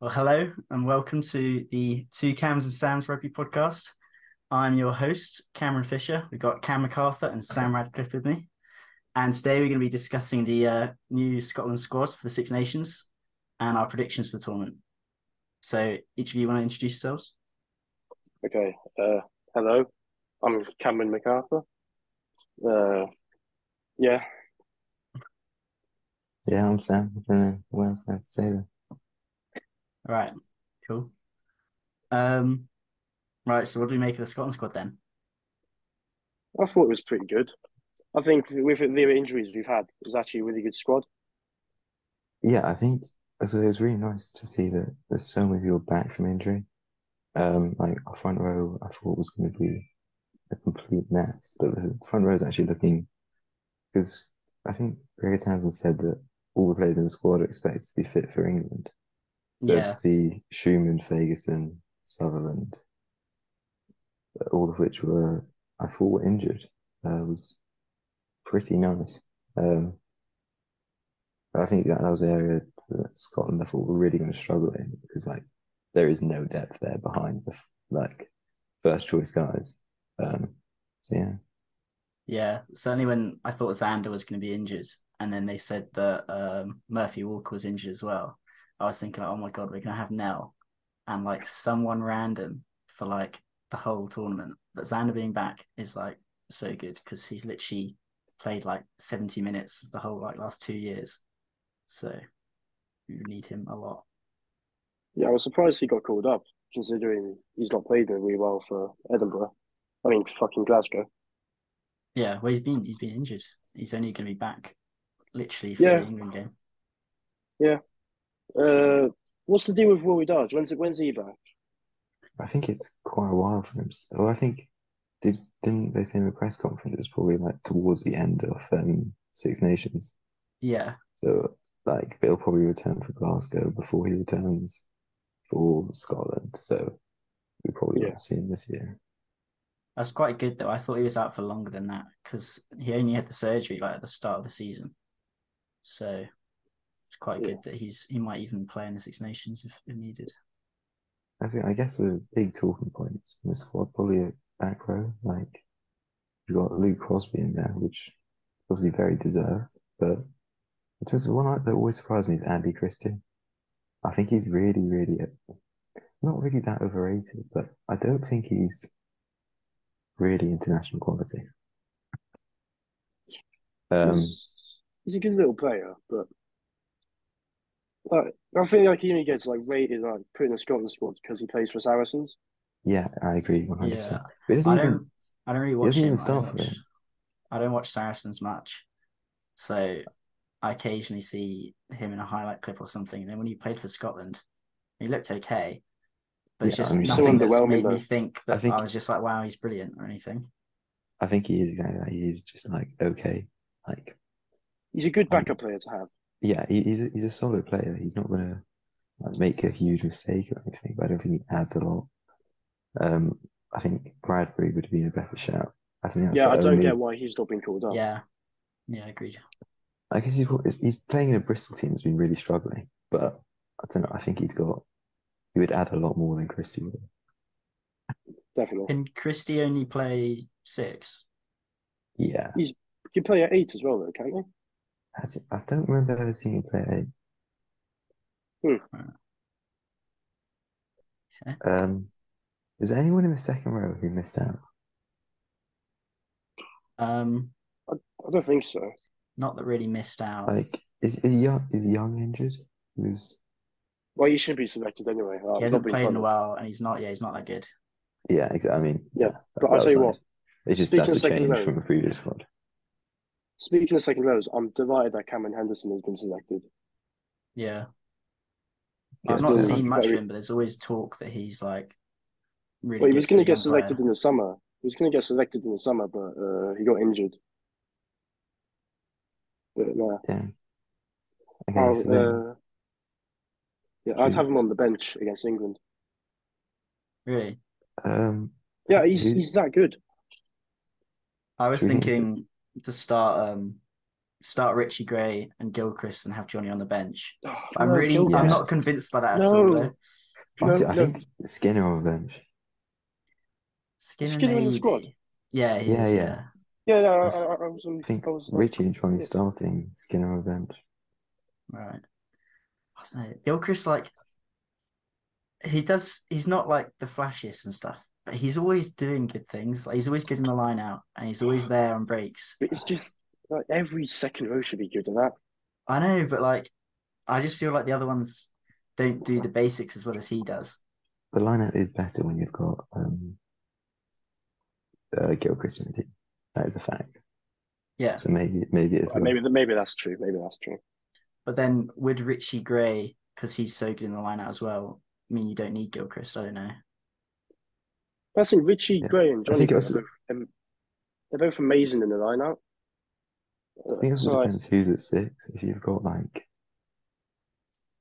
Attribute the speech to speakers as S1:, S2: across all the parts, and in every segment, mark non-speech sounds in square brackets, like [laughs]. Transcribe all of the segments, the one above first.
S1: Well, hello and welcome to the Two Cams and Sam's Rugby podcast. I'm your host, Cameron Fisher. We've got Cam MacArthur and Sam Radcliffe with me. And today we're going to be discussing the uh, new Scotland squad for the Six Nations and our predictions for the tournament. So, each of you want to introduce yourselves?
S2: Okay. Uh, hello, I'm Cameron MacArthur. Uh, yeah,
S3: Yeah, I'm Sam. I don't know what else I have to say. Then.
S1: All right, cool. Um, right, so what do we make of the Scotland squad then?
S2: I thought it was pretty good. I think with the injuries we've had, it was actually a really good squad.
S3: Yeah, I think so it was really nice to see that there's so many people back from injury. Um, like our front row, I thought was going to be a complete mess, but the front row is actually looking because I think Gregor Townsend said that all the players in the squad are expected to be fit for England. So
S1: Yeah.
S3: to see Schumann, Ferguson, Sutherland, all of which were I thought were injured, uh, was pretty nice. Um, but I think that, that was the area that Scotland I thought were really going to struggle in because like there is no depth there behind the f- like first choice guys. Um, so yeah,
S1: Yeah, certainly when I thought Xander was going to be injured, and then they said that um, Murphy Walker was injured as well. I was thinking, like, oh my god, we're going to have Nell and like someone random for like the whole tournament. But Xander being back is like so good because he's literally played like 70 minutes the whole like last two years. So you need him a lot.
S2: Yeah, I was surprised he got called up, considering he's not played really well for Edinburgh. I mean, fucking Glasgow.
S1: Yeah, well, he's been he's been injured. He's only going to be back literally for
S2: Yeah.
S1: the England game.
S2: Uh, what's the deal with Rory Dodge? When's, when's he back?
S3: I think it's quite a while for him. Well, I think did didn't they say in the press conference it was probably like towards the end of um, Six Nations.
S1: Yeah,
S3: So, like, Bill probably return for Glasgow before he returns for Scotland. So, we probably
S2: Yeah.
S3: won't see him this year.
S1: That's quite good though. I thought he was out for longer than that because he only had the surgery like at the start of the season. So it's quite
S2: Yeah.
S1: good that he's he might even play in the Six Nations if, if needed.
S3: I think, I guess the big talking points in the squad probably a back row. Like, you've got Luke Crosby in there, which is obviously very deserved. But in terms of one that always surprised me is Andy Christie. I think he's really, really not really that overrated, but I don't think he's really international quality. Um,
S2: he's, he's a good little player, but like, I think like he only gets like rated like put in the Scotland squad because he plays for Saracens.
S3: Yeah, I agree 100%.
S1: Yeah.
S3: But it doesn't
S1: I
S3: even,
S1: don't I don't really
S3: he
S1: watch
S3: doesn't
S1: him.
S3: even
S1: I
S3: start for
S1: watch-
S3: him.
S1: I don't watch Saracens much. So I occasionally see him in a highlight clip or something. And then when he played for Scotland, he looked okay. But it's
S3: Yeah, I
S1: just
S3: mean, so
S1: nothing that's
S2: underwhelming,
S1: made
S2: though.
S1: me think that I,
S3: think-
S1: was just like, wow, he's brilliant or anything.
S3: I think he is exactly that. He is just like, okay. Like,
S2: He's a good backup player to have.
S3: yeah, he, he's, a, he's a solid player. He's not going to like, make a huge mistake or anything, but I don't think he adds a lot. Um, I think Bradbury would have been a better shout. I think that's
S2: yeah, I
S3: the
S2: don't
S3: only-
S2: get why he's not been called
S3: Oh.
S2: up.
S1: Yeah. Yeah, agreed.
S3: I guess he's, he's playing in a Bristol team that's been really struggling, but I don't know. I think he's got, he would add a lot more than Christie would.
S2: definitely.
S1: Can Christie only play six?
S3: Yeah.
S2: He can play at eight as well, though, can't he?
S3: Has he- I don't remember ever seeing him play at eight.
S2: Hmm.
S1: Okay.
S3: Um, was there anyone in the second row who missed out?
S1: Um,
S2: I don't think so.
S1: not that really missed out.
S3: Like, is is young is young injured? He was
S2: Well, he should be selected anyway. Uh,
S1: he
S2: not
S1: hasn't
S2: being
S1: played in
S2: funny.
S1: a while, and he's not. Yeah, he's not that good.
S3: yeah, exactly. I mean,
S2: Yeah,
S3: that-
S2: But
S3: that
S2: I'll tell you
S3: was
S2: what,
S3: nice. It's just
S2: speaking
S3: that's
S2: of
S3: a
S2: second
S3: change
S2: row-
S3: from the previous squad.
S2: speaking of second rows, I'm delighted that Cameron Henderson has been selected.
S1: Yeah,
S3: Yeah,
S1: I've
S3: so-
S1: not
S2: it's
S1: seen
S2: not
S1: much of
S2: very-
S1: him, but there's always talk that he's like really.
S2: Well, he
S1: good
S2: was
S1: for
S2: going
S1: a
S2: to get
S1: young
S2: selected
S1: player.
S2: in the summer. He was going to get selected in the summer, but uh, he got injured. But no,
S3: Yeah. Okay,
S2: I'll,
S3: so then-
S2: uh, yeah, I'd
S3: True.
S2: have him on the bench against England.
S1: Really,
S3: um,
S2: Yeah, he's
S3: Who-
S2: he's that good.
S1: I was
S3: True.
S1: thinking to start um start Richie Gray and Gilchrist and have Johnny on the bench.
S2: Oh,
S1: But I'm
S2: no,
S1: really,
S2: Gilchrist.
S1: I'm
S3: Yes.
S1: not convinced by that at
S2: No.
S1: all. Though.
S3: Honestly,
S2: No,
S3: I
S2: no.
S3: think Skinner on the bench.
S1: Skinner,
S2: Skinner in the
S1: maybe.
S2: squad?
S1: Yeah, he
S3: Yeah,
S1: is,
S3: yeah.
S1: yeah.
S2: Yeah, no, I, I, I was. on-
S3: I think
S2: I was
S3: Richie and Johnny
S2: yeah.
S3: starting, Skinner on the bench.
S1: Right. Wasn't it? Gilchrist, like, he does, he's not like the flashiest and stuff, but he's always doing good things. Like, he's always good in the line out and he's always there on breaks.
S2: But it's just like every second row should be good at that.
S1: I know, but like, I just feel like the other ones don't do the basics as well as he does.
S3: The lineup is better when you've got um, uh, Gilchrist in the team. That is a fact.
S1: Yeah.
S3: So maybe maybe it's
S2: Like, maybe maybe that's true. Maybe that's true.
S1: But then with Richie Gray, because he's so good in the line out as well, I mean, you don't need Gilchrist. I don't know.
S2: That's in Richie
S3: Yeah.
S2: Gray and
S3: I
S2: Johnny.
S3: think it
S2: Gray.
S3: also-
S2: They're, both, um, they're both amazing in the line out.
S3: I think it also
S2: So, like,
S3: depends who's at six. If you've got like,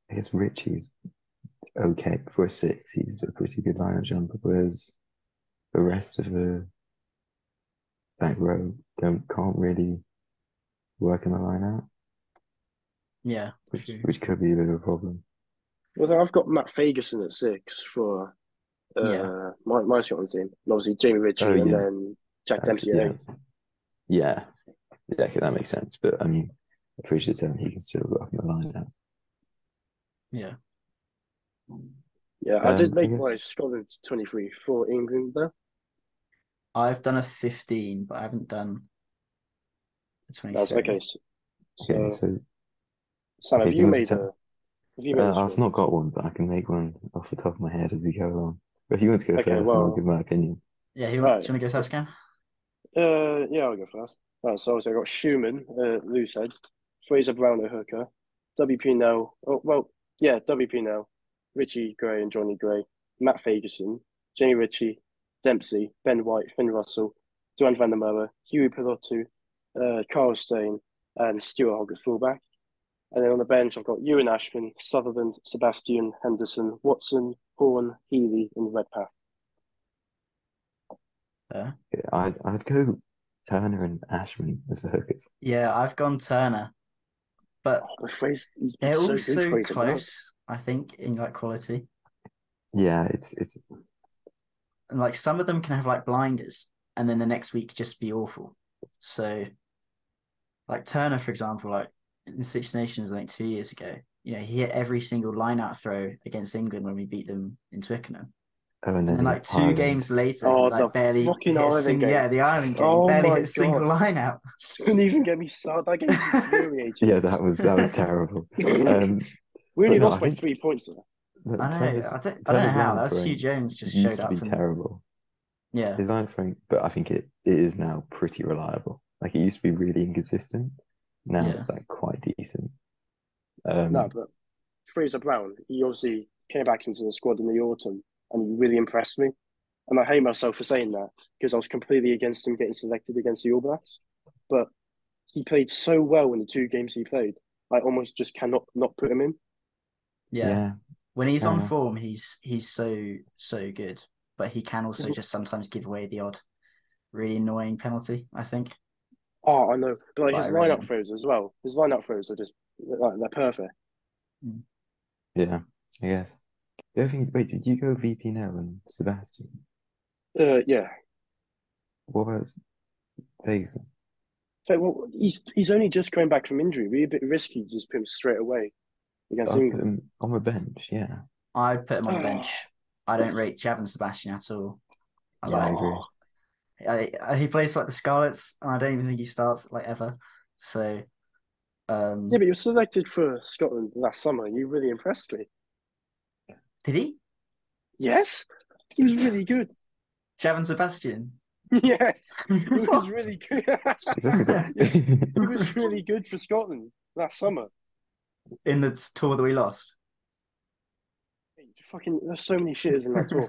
S3: I guess Richie's okay for a six. He's a pretty good lineup jumper, whereas the rest of the back row don't can't really work in the line out,
S1: Yeah.
S3: which
S1: True.
S3: which could be a bit of a problem.
S2: well, I've got Matt Fagerson at six for uh,
S1: Yeah.
S2: my my Scotland team. And obviously, Jamie Ritchie
S3: Oh,
S2: and
S3: yeah.
S2: then Jack
S3: That's-
S2: Dempsey. at
S3: yeah,
S2: eight.
S3: yeah, yeah. Okay, that makes sense. But I mean, at Richie at seven, he can still work in the line out.
S1: Yeah.
S2: Yeah, I did
S3: Um, I
S2: make
S3: guess-
S2: my Scotland twenty three for England there.
S1: I've done a 15, but I haven't done a 23.
S2: That's okay. So,
S3: Okay,
S2: so,
S3: so
S2: Sam, have
S3: okay,
S2: you
S3: do you want to
S2: made a?
S3: tell-
S2: Have you made
S3: Uh,
S2: a
S3: I've
S2: squad?
S3: not got one, but I can make one off the top of my head as we go along. But if you want to go
S2: Okay,
S3: first, I'll
S2: well-
S3: give my opinion.
S1: Yeah, who,
S2: Right.
S1: do you want to go first, Cam?
S2: Uh, yeah, I'll go first. Right, so obviously I got Schumann, uh, loosehead, Fraser Brown at hooker, WP now. Oh, well, yeah, WP now. Richie Gray and Johnny Gray, Matt Fagerson, Jamie Ritchie, Dempsey, Ben White, Finn Russell, Duane van der Merwe, Huey Pilotto, uh, Carl Stein, and Stuart Hogg at fullback. And then on the bench, I've got Ewan Ashman, Sutherland, Sebastian, Henderson, Watson, Horn, Healy, and Redpath.
S3: I'd, I'd go Turner and Ashman as the hookers.
S1: Yeah, I've gone Turner, but
S2: Oh, Fraser, he's been
S1: they're all
S2: good,
S1: so
S2: Fraser Brown.
S1: close, I think, in like quality.
S3: Yeah, it's it's oh,
S1: And like some of them can have like blinders and then the next week just be awful. So, like Turner, for example, like in the Six Nations, I think two years ago, you know, he hit every single line out throw against England when we beat them in Twickenham.
S3: oh, and
S1: And
S3: then
S1: then, like
S3: there's
S1: two
S3: Ireland.
S1: games later,
S2: Oh,
S1: he, like
S2: the
S1: barely
S2: fucking
S1: hit a
S2: Ireland
S1: sing-
S2: game.
S1: Yeah, the Ireland game.
S2: Oh
S1: barely
S2: my
S1: hit a single
S2: God.
S1: line out.
S2: Couldn't even get me started. That game's
S3: [laughs]
S2: infuriating.
S3: Yeah, that was that
S1: [laughs]
S3: was terrible. Um,
S2: we only
S3: but no,
S2: lost
S3: I
S2: by
S3: think-
S2: three points. Though.
S3: but
S1: I know.
S3: Turner's-
S1: I don't, I
S3: Turner's
S1: don't know how.
S3: line
S1: That's
S3: throwing
S1: Hugh Jones just
S3: used
S1: showed
S3: to
S1: up.
S3: be
S1: and-
S3: terrible.
S1: yeah,
S3: His line throwing, but I think it, it is now pretty reliable. Like it used to be really inconsistent. Now
S1: Yeah.
S3: it's like quite decent. Um,
S2: No, but Fraser Brown, he obviously came back into the squad in the autumn and he really impressed me. And I hate myself for saying that because I was completely against him getting selected against the All Blacks. But he played so well in the two games he played. I almost just cannot not put him in.
S1: yeah,
S3: yeah,
S1: When he's
S3: fair
S1: on
S2: Uh-huh.
S3: enough.
S1: form, he's he's so so good. But he can also
S2: Isn't-
S1: just sometimes give away the odd really annoying penalty. I think.
S2: Oh, I know. But like his
S1: Byron.
S2: lineup throws as well. His lineup throws are just like they're perfect.
S3: Yeah, I guess. The other thing is, wait, did you go VP now and Sebastian?
S2: Uh, yeah.
S3: What about Ferguson?
S2: So, well, he's he's only just coming back from injury. It'd be a bit risky to just put him straight away against
S3: I put
S2: England.
S3: him on the bench, yeah.
S1: I put him on the bench. I don't
S2: Oh.
S1: rate Javon Sebastian at all. I
S3: Yeah, I
S1: like.
S3: agree.
S1: I, I, he plays like the Scarlets, and I don't even think he starts like ever. So, um,
S2: Yeah, but you were selected for Scotland last summer. You really impressed me.
S1: did he?
S2: Yes, he was really good. [laughs]
S1: Javon Sebastian.
S2: yes, he
S1: [laughs]
S2: was
S1: What?
S2: really good. [laughs]
S3: He's also got-
S1: [laughs]
S2: he was really good for Scotland last summer.
S1: In the tour that we lost.
S2: Fucking, there's so many shitters in that tour.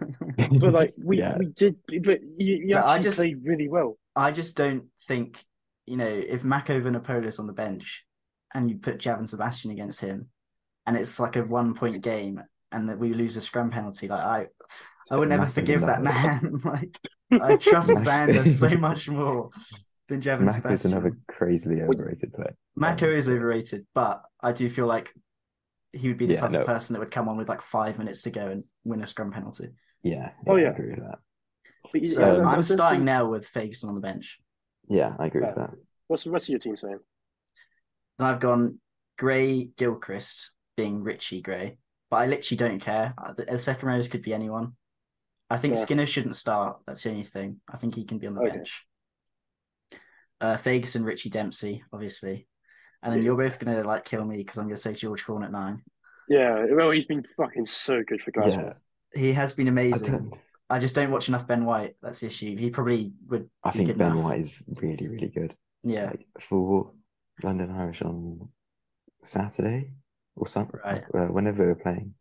S2: But like, we,
S3: Yeah.
S2: we did, but you, you
S1: No, I
S2: actually
S1: just-
S2: played really well.
S1: I just don't think, you know, if Mako Vinopoulos on the bench and you put Javon Sebastian against him and it's like a one point game and that we lose a scrum penalty, like I I would never
S3: Nothing,
S1: [laughs] forgive that
S3: nothing.
S1: man. like I trust
S3: Nothing.
S1: Xander so much more. than Jevon
S3: Mac is
S1: Sebastian.
S3: another crazily overrated player.
S1: Mako is overrated, but I do feel like he would be the
S3: Yeah,
S1: type
S3: no.
S1: of person that would come on with like five minutes to go and win a scrum penalty.
S3: Yeah,
S2: Oh,
S3: I
S2: yeah.
S3: agree with that.
S2: But you-
S1: So
S3: yeah,
S1: I'm
S2: that's-
S1: starting now with Ferguson on the bench.
S3: Yeah, I agree with
S2: Yeah.
S3: that.
S2: What's the rest of your team saying?
S1: Then I've gone Gray Gilchrist being Richie Gray, but I literally don't care. Uh, The, the second rows could be anyone. I think
S2: Yeah.
S1: Skinner shouldn't start. That's the only thing. I think he can be on the
S2: Okay.
S1: bench. Uh, Ferguson, Richie Dempsey, obviously, and then
S2: Yeah.
S1: you're both gonna like kill me because I'm gonna say George Corn at nine.
S2: Yeah, well, he's been fucking so good for Glasgow.
S3: Yeah,
S1: He has been
S3: I,
S1: amazing.
S2: [laughs]
S3: don't,
S1: I just don't watch enough Ben White. That's the issue. He probably would.
S3: I
S1: be
S3: think
S1: good
S3: Ben
S1: enough.
S3: White is really, really good.
S1: Yeah,
S3: Like for London Irish on Saturday or something,
S1: Right.
S3: uh, whenever they were playing,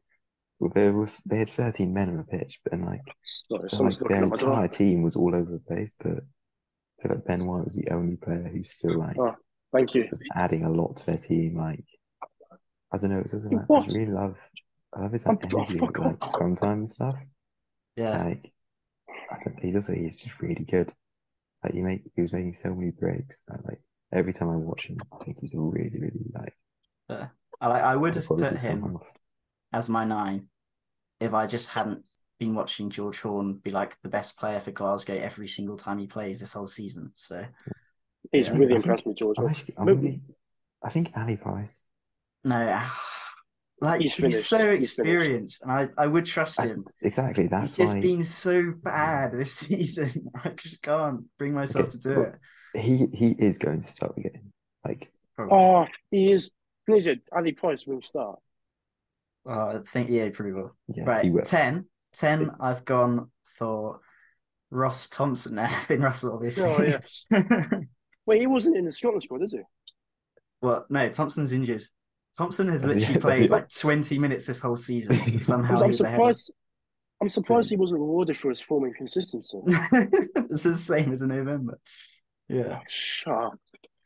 S3: well, they were, they had 13 men on the pitch, but and like,
S2: Sorry,
S3: so, like
S2: someone's
S3: their
S2: knocking at my
S3: entire
S2: door.
S3: team was all over the place, but I feel like Ben White was the only player who still like
S2: Oh. Thank you.
S3: was adding a lot to their team. Like, I don't know, it doesn't like, I
S2: What?
S3: just really love, I love his
S2: Oh,
S3: like, energy,
S2: fuck
S3: like
S2: off.
S3: scrum time and stuff.
S1: yeah.
S3: Like, I think he's also he's just really good. Like, he make he was making so many breaks. I, like every time I watch him, I think he's a really really like.
S1: I, I would have
S3: high quality
S1: put
S3: scrum
S1: him
S3: half.
S1: as my nine if I just hadn't been watching George Horn be like the best player for Glasgow every single time he plays this whole season. So
S2: He's
S1: Yeah.
S2: really impressed me, George.
S3: I'm actually, I'm
S2: Maybe-
S3: really, I think Ali Price.
S1: no, [sighs] like
S2: He's
S1: he's,
S2: finished.
S1: so
S2: He's finished.
S1: experienced, and I, I would trust
S3: I-
S1: him.
S3: exactly. That's
S1: he's just
S3: why
S1: been so bad this [laughs] season. I just can't bring myself
S3: Okay,
S1: to do
S3: well,
S1: it.
S3: he he is going to start again. Like,
S1: Probably. Oh.
S2: Oh, he is. Blizzard, Ali Price will
S3: [laughs]
S2: start.
S1: Uh, I think E yeah, he probably will.
S3: yeah,
S1: Right,
S3: he will.
S1: 10. 10,
S3: It-
S1: I've gone for Ross Thompson [laughs] now. Finn Russell, obviously.
S2: Oh,
S1: [laughs] yeah.
S2: Wait, he wasn't in the Scotland squad, is he?
S1: well, no, Thompson's injured. Thompson has
S3: Has he-
S1: literally
S3: has
S1: played
S3: he-
S1: like 20 minutes this whole
S2: [laughs]
S1: season. and Somehow
S2: I'm
S1: he's ahead.
S2: surprised. I'm surprised he wasn't rewarded for his form and
S3: [laughs]
S2: consistency.
S1: [laughs] it's the same as in November. Yeah.
S2: Oh, shut up.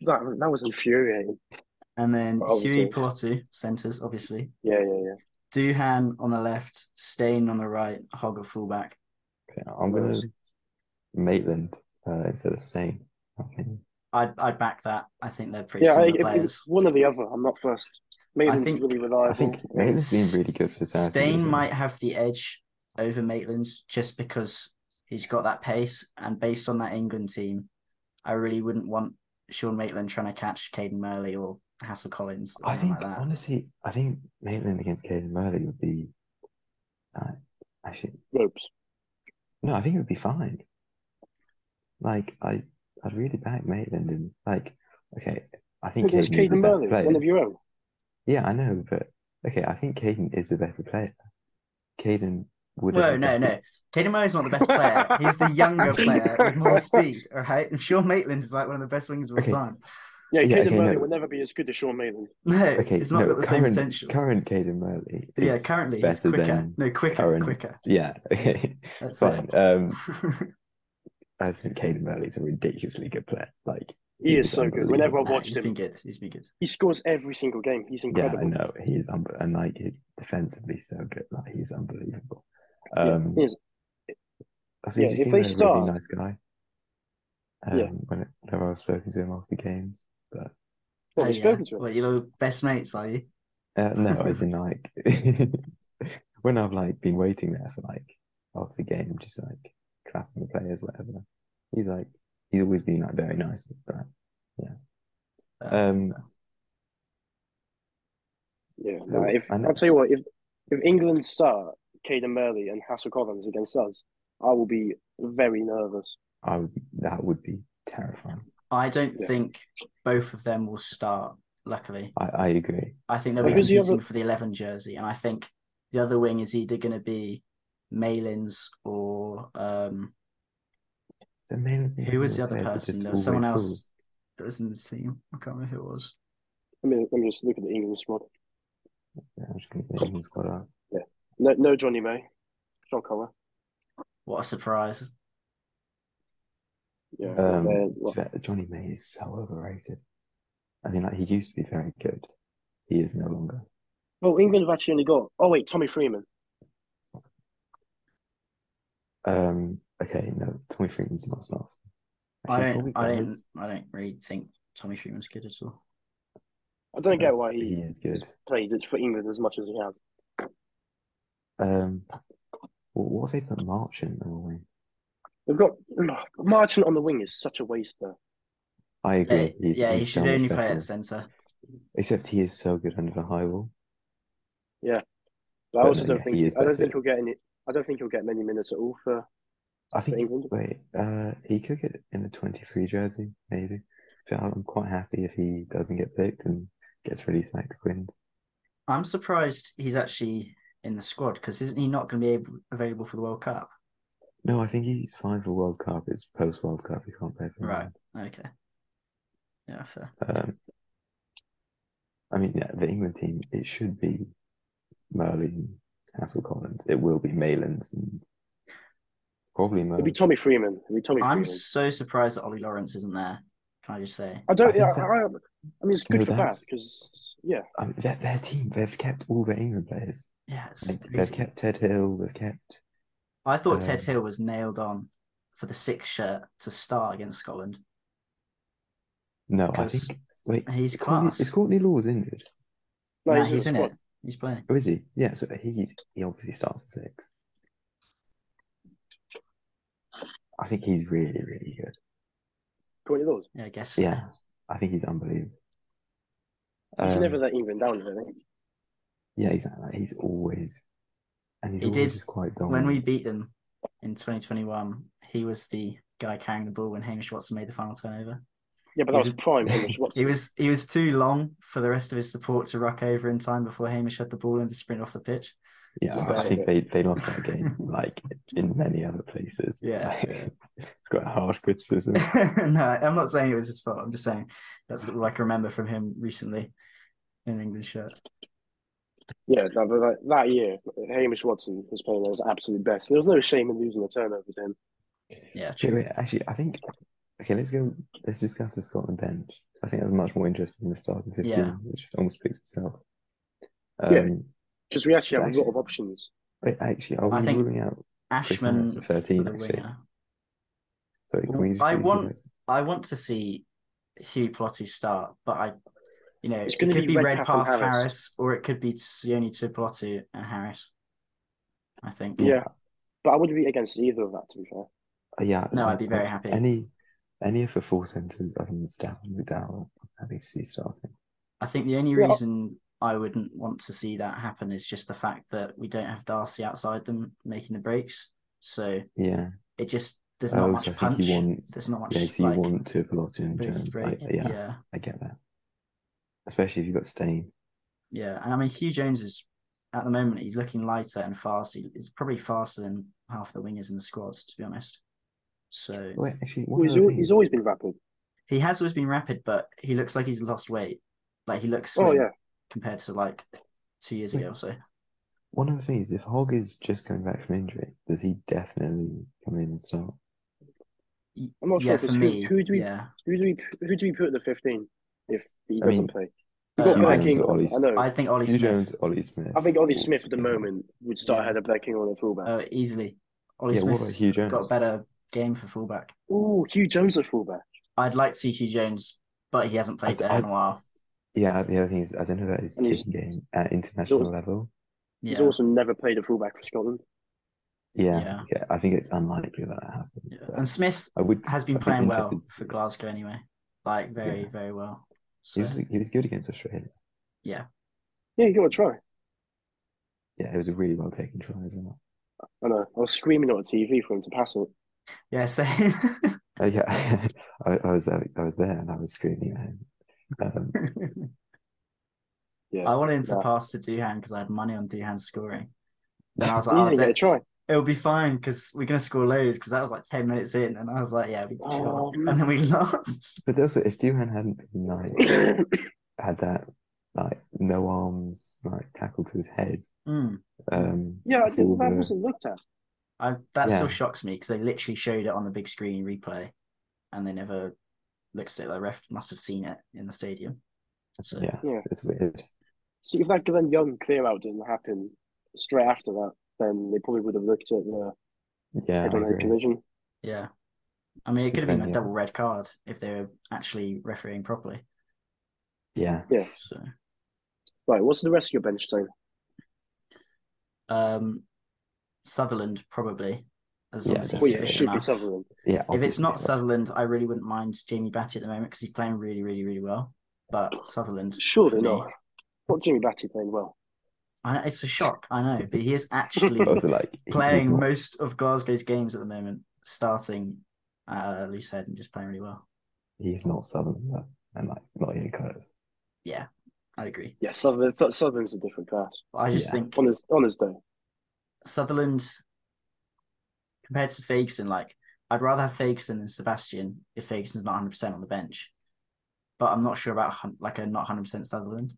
S2: That, that was infuriating.
S1: And then
S2: Obviously.
S1: Huey Pilottu, centres, obviously.
S2: Yeah, yeah, yeah.
S1: Doohan on the left, Stain on the right, Hogg at fullback.
S3: Okay, I'm gonna Maitland uh, instead of Stain. I think.
S1: I'd, I'd back that. I think they're pretty
S2: Yeah, I,
S1: similar
S2: if it
S1: players.
S2: was one or the other, I'm not fussed. Maitland's
S1: think-
S2: really reliable.
S3: I think Maitland's been really good for Southampton.
S1: Stain
S3: isn't he?
S1: might have the edge over Maitland just because he's got that pace, and based on that England team, I really wouldn't want Sean Maitland trying to catch Caden Murley or Hassel Collins. Or
S3: I
S1: anything
S3: think
S1: like that.
S3: honestly, I think Maitland against Caden Murley would be uh, actually
S2: ropes.
S3: no, I think it would be fine. Like I, I'd really back Maitland and like okay, I think
S2: Against
S3: Caden is the
S2: Caden
S3: better
S2: Murray,
S3: player.
S2: one of your own.
S3: Yeah, I know, but okay, I think Caden is the better player. Caden would. have
S1: No,
S3: been
S1: no,
S3: better-
S1: no. Caden Murray's not the best player.
S3: [laughs]
S1: He's the younger player with more speed. All right, and Sean Maitland is like one of the best wingers of all
S3: Okay.
S1: time.
S2: Yeah,
S3: Yeah,
S2: Caden
S3: okay,
S2: Murray
S3: no.
S2: will never be as good as Sean Maitland.
S1: No,
S3: Okay,
S1: it's not
S3: no,
S1: got the same
S3: current,
S1: potential.
S3: Current Caden Murley.
S1: yeah,
S3: is-
S1: currently he's
S3: better
S1: quicker.
S3: than
S1: no, quicker,
S3: current-
S1: quicker.
S3: yeah. [laughs] Okay,
S1: That's
S3: fine.
S1: [laughs]
S3: Um,
S1: it.
S3: I think Caden Murley's a ridiculously good player. Like
S2: He,
S3: He
S2: is
S3: is
S2: so good. Whenever I
S1: Nah,
S2: watched
S1: he's
S2: him,
S1: been good. He's been good.
S2: he scores every single game. He's
S3: Yeah, I
S2: incredible.
S3: know he's un- and like he's defensively so good, like he's unbelievable.
S2: Yeah,
S3: Um,
S2: he is.
S3: I see
S2: Yeah,
S3: he's
S2: if
S3: seemed
S2: they
S3: like a
S2: start-
S3: really nice guy. Um,
S2: Yeah.
S3: when- whenever I've spoken to him after games, but
S1: Oh,
S2: Well, we've
S1: yeah.
S2: spoken to him.
S1: Well, you're the best mates, are you?
S3: uh,
S2: [laughs]
S3: no, as in like [laughs] when I've like been waiting there for like after the game, just like clapping the players, whatever. He's like he's always been like very nice, but yeah.
S1: Uh,
S3: Um,
S2: Yeah,
S3: So,
S2: no, if
S3: I know-
S2: I'll tell you what, if if England start Caden Murley and Hassel Collins against us, I will be very nervous.
S3: I would, that would be terrifying.
S1: I don't
S2: Yeah.
S1: think both of them will start. Luckily,
S3: I, I agree.
S1: I think they'll be
S2: Who's the
S1: competing
S2: other-
S1: for the eleven jersey, and I think the other wing is either going to be Malins or um,
S3: So Maitland's
S1: who was the other
S3: players are
S1: person?
S3: just
S1: There was someone
S3: always full.
S1: else that was in the team. I can't remember who it was.
S2: I mean, let me just look at the England squad.
S3: Yeah, I'm just gonna make him squad up.
S2: No, no Johnny May, John Connor.
S1: What a surprise!
S2: Yeah,
S3: Um,
S2: uh, well,
S3: Jo- Johnny May is so overrated. I mean, like he used to be very good. He is no longer.
S2: well, England have actually only got. Oh wait, Tommy Freeman.
S3: Um. Okay. No, Tommy Freeman's not starting.
S1: I
S3: Actually,
S1: don't,
S3: probably
S1: I don't,
S3: does.
S1: I don't really think Tommy Freeman's good at all.
S2: I don't get why
S3: He
S2: he
S3: is good.
S2: played it for England as much as he has.
S3: Um, what, what if they put March in the wing?
S2: They've got [clears throat] Martin on the wing is such a waster.
S3: I
S1: Yeah,
S3: agree. He's,
S1: yeah,
S3: he's
S1: he
S3: so
S1: should
S3: much
S1: only play
S3: better.
S1: at centre.
S3: Except he is so good under the high wall.
S2: But I
S3: But
S2: also
S3: no,
S2: don't
S3: yeah, he
S2: think
S3: is
S2: I don't
S3: better.
S2: think he'll get any. I don't think he'll get many minutes at all for,
S3: I
S2: for
S3: think
S2: England.
S3: Wait, uh, he could get in the 23 jersey, maybe. But I'm quite happy if he doesn't get picked and gets released back to Queens.
S1: I'm surprised he's actually in the squad because isn't he not going to be able, available for the World Cup?
S3: No, I think he's fine for World Cup. It's post World Cup. He can't play for
S1: Right. Okay. Yeah, fair.
S3: England. Um, I mean, yeah, the England team, it should be Merlin, Hassel Collins. It will be Malins and probably
S2: It'd be
S3: Merlin.
S2: Tommy Freeman. It'd be Tommy
S1: I'm
S2: Freeman.
S1: so surprised that Ollie Lawrence isn't there. Can I just say?
S2: I
S3: I
S2: don't.
S3: think
S2: I, I,
S3: that-
S2: I, I mean, it's good
S3: No,
S2: for that
S3: that's-
S2: because yeah,
S3: I mean, their, their team, they've kept all the England players.
S1: Yeah, it's
S3: Like, they've
S1: crazy.
S3: kept Ted Hill, they've kept.
S1: I thought Ted
S3: um,
S1: Hill was nailed on for the six shirt to start against Scotland.
S3: No, I
S1: 'Cause
S3: think. Wait,
S1: He's
S3: Courtney,
S1: class.
S3: is Courtney Laws injured?
S2: no,
S1: Nah,
S2: he's, in the
S1: it.
S2: squad.
S1: He's playing.
S3: Oh, is he? Yeah, so he he obviously starts at six. I think he's really, really good.
S2: Courtney Laws.
S1: Yeah, I guess. so.
S3: Yeah, I think he's unbelievable.
S2: He's
S3: Um,
S2: never let England down, really.
S3: Yeah, exactly. Like, he's always, and he's
S1: He
S3: always
S1: did-
S3: just quite
S1: When
S3: dominant.
S1: we beat them in 2021, he was the guy carrying the ball when Hamish Watson made the final turnover.
S2: Yeah, but that
S1: He's-
S2: was
S1: [laughs]
S2: prime Hamish Watson.
S1: He was he was too long for the rest of his support to ruck over in time before Hamish had the ball and to sprint off the pitch. [laughs]
S3: yeah, I
S2: so-
S3: think they, they lost that game like in many other places.
S1: Yeah,
S3: [laughs] Like,
S1: yeah.
S3: it's quite hard criticism.
S1: no, I'm not saying it was his fault. I'm just saying that's all I can remember from him recently in an England shirt.
S2: Yeah, no, but like, that year, Hamish Watson was playing at his absolute best. There was no shame in losing a turnover to him.
S1: Yeah,
S3: Wait,
S1: true.
S3: wait, actually, I think okay. Let's go. Let's discuss the Scotland bench. 'cause I think that's much more interesting than the starting fifteen,
S1: Yeah.
S3: which almost speaks itself. Um,
S2: Yeah. Because we actually have a lot
S3: Actually-
S2: of options.
S3: Wait, actually, are
S1: I
S3: we
S1: think-
S3: ruling out?
S1: Ashman
S3: Harris at
S1: for
S3: 13,
S1: the
S3: actually.
S1: winger.
S3: Sorry, can we just
S1: I
S3: rule
S1: want-
S3: out-
S1: I want to see Hugh Plotty start, but I, you know,
S2: It's
S1: it
S2: gonna
S1: could
S2: be
S1: be
S2: Redpath and
S1: Redpath Harris.
S2: Harris.
S1: or it could be Sione Plotty and Harris. I think.
S2: Yeah. But I wouldn't be against either of that, to be fair.
S3: Uh, Yeah,
S1: No,
S3: I-
S1: I'd be
S3: I-
S1: very happy.
S3: Any, any of the four centres other than Staff and McDowell, I'm happy to see starting.
S1: I think the only
S2: Yeah.
S1: reason I wouldn't want to see that happen is just the fact that we don't have Darcy outside them making the breaks. So
S3: Yeah,
S1: it just there's
S3: Oh, I
S1: not
S3: also
S1: much
S3: think
S1: punch.
S3: you want,
S1: There's not much
S3: yeah, so you
S1: like
S3: want to Pilotti and
S1: boost
S3: Jones.
S1: break.
S3: I, yeah,
S1: yeah,
S3: I get that. Especially if you've got Stain.
S1: yeah. And I mean Hugh Jones is at the moment he's looking lighter and fast. He- He's probably faster than half the wingers in the squad, to be honest. So
S3: Wait, actually, one
S2: He's,
S3: of the
S2: al- he's
S3: things-
S2: always been rapid.
S1: he has always been rapid, but he looks like he's lost weight. Like he looks
S2: Oh,
S1: slim
S2: yeah.
S1: compared to like two years ago or so.
S3: one of the things, if Hogg is just coming back from injury, does he definitely come in and start?
S2: I'm not sure,
S1: yeah, for
S2: 'cause who-
S1: me,
S2: who do we-
S1: yeah.
S2: Who do we who do we put in the 15 if he
S3: I
S2: doesn't
S3: mean,
S2: play?
S1: Uh,
S2: We've got
S3: Hugh
S2: Blair
S3: Jones
S2: King.
S3: or Ollie-
S2: I know.
S1: I think Ollie
S3: Hugh
S1: Smith.
S3: Jones, Ollie Smith.
S2: I think Ollie Smith at the
S3: Yeah.
S2: moment would start
S1: Yeah.
S2: ahead of Blair King on the fullback.
S1: Uh, easily. Ollie
S3: Yeah, what
S1: Smith's
S3: about Hugh Jones?
S1: got a better game for fullback.
S2: Ooh, Hugh Jones at fullback.
S1: I'd like to see Hugh Jones, but he hasn't played
S3: I-
S1: there in a while.
S3: Yeah, the other thing is, I don't know about his
S2: And he's-
S3: kicking game at international level.
S2: He's
S1: Yeah,
S2: also never played a fullback for Scotland.
S3: Yeah,
S1: Yeah.
S3: yeah, I think it's unlikely that that happens.
S1: yeah.
S3: but
S1: and Smith
S3: I would.
S1: has been
S3: I'd be
S1: playing well
S3: interested to
S1: for
S3: see.
S1: Glasgow anyway, like very
S3: Yeah.
S1: very well. So
S3: He was, he was good against Australia.
S1: yeah,
S2: Yeah, you got to try.
S3: Yeah, it was a really well taken try as well.
S2: I know. uh, I was screaming at the TV for him to pass it.
S1: yeah. [laughs] So
S3: Oh, yeah, [laughs] I, I was there- I was there and I was screaming at him. Um,
S2: Yeah.
S1: I wanted him to
S2: Nah.
S1: pass to Duhan because I had money on Duhan scoring. Then I was like,
S2: You
S1: oh,
S2: didn't get a
S1: don't-
S2: try.
S1: it'll be fine because we're gonna score loads because that was like ten minutes in, and I was like, yeah, we can chill.
S2: Oh, man.
S1: and then we [laughs] lost.
S3: but also, if Doohan hadn't been like had that like no arms like tackle to his head,
S1: Mm.
S3: um,
S2: [laughs] yeah, I
S3: before
S2: didn't, that
S3: the-
S2: wasn't looked at.
S1: I that
S3: Yeah.
S1: still shocks me because they literally showed it on the big screen replay, and they never looked at it. The ref must have seen it in the stadium. So
S3: yeah,
S2: Yeah.
S3: It's, it's weird.
S2: See, if that Glenn Young clear out didn't happen straight after that, then they probably would have looked at the
S3: Yeah,
S2: head
S3: I
S2: on head
S3: agree.
S2: collision.
S1: yeah, I mean, it could have been a
S3: Depending.
S1: double red card if they were actually refereeing properly.
S3: Yeah.
S1: So,
S2: Right, what's the rest of your bench saying?
S1: um, Sutherland probably, as long
S3: Yeah,
S1: as
S3: That's
S2: Well,
S1: he's
S2: yeah, it
S1: fit
S2: should be
S1: enough.
S2: Sutherland.
S3: Yeah.
S1: If it's
S3: obviously
S1: not
S3: so.
S1: Sutherland, I really wouldn't mind Jamie Batty at the moment because he's playing really, really, really well. But Sutherland,
S2: Surely
S1: for me-
S2: not. Not Jimmy Batty playing well.
S1: I know, it's a shock, I know, but he
S3: [laughs]
S1: is actually
S3: I was like he- he's
S1: playing
S3: not-
S1: most of Glasgow's games at the moment, starting at uh, loose head and just playing really well.
S3: he's not Sutherland though, and like not even Curtis.
S1: I agree.
S2: Yeah, Sutherland. Su- Sutherland's a different class.
S1: But I just
S3: Yeah.
S1: think
S2: On his on his day,
S1: Sutherland compared to Ferguson, like I'd rather have Ferguson than Sebastian if Ferguson's not 100 percent on the bench. But I'm not sure about hun- like a not 100 percent Sutherland.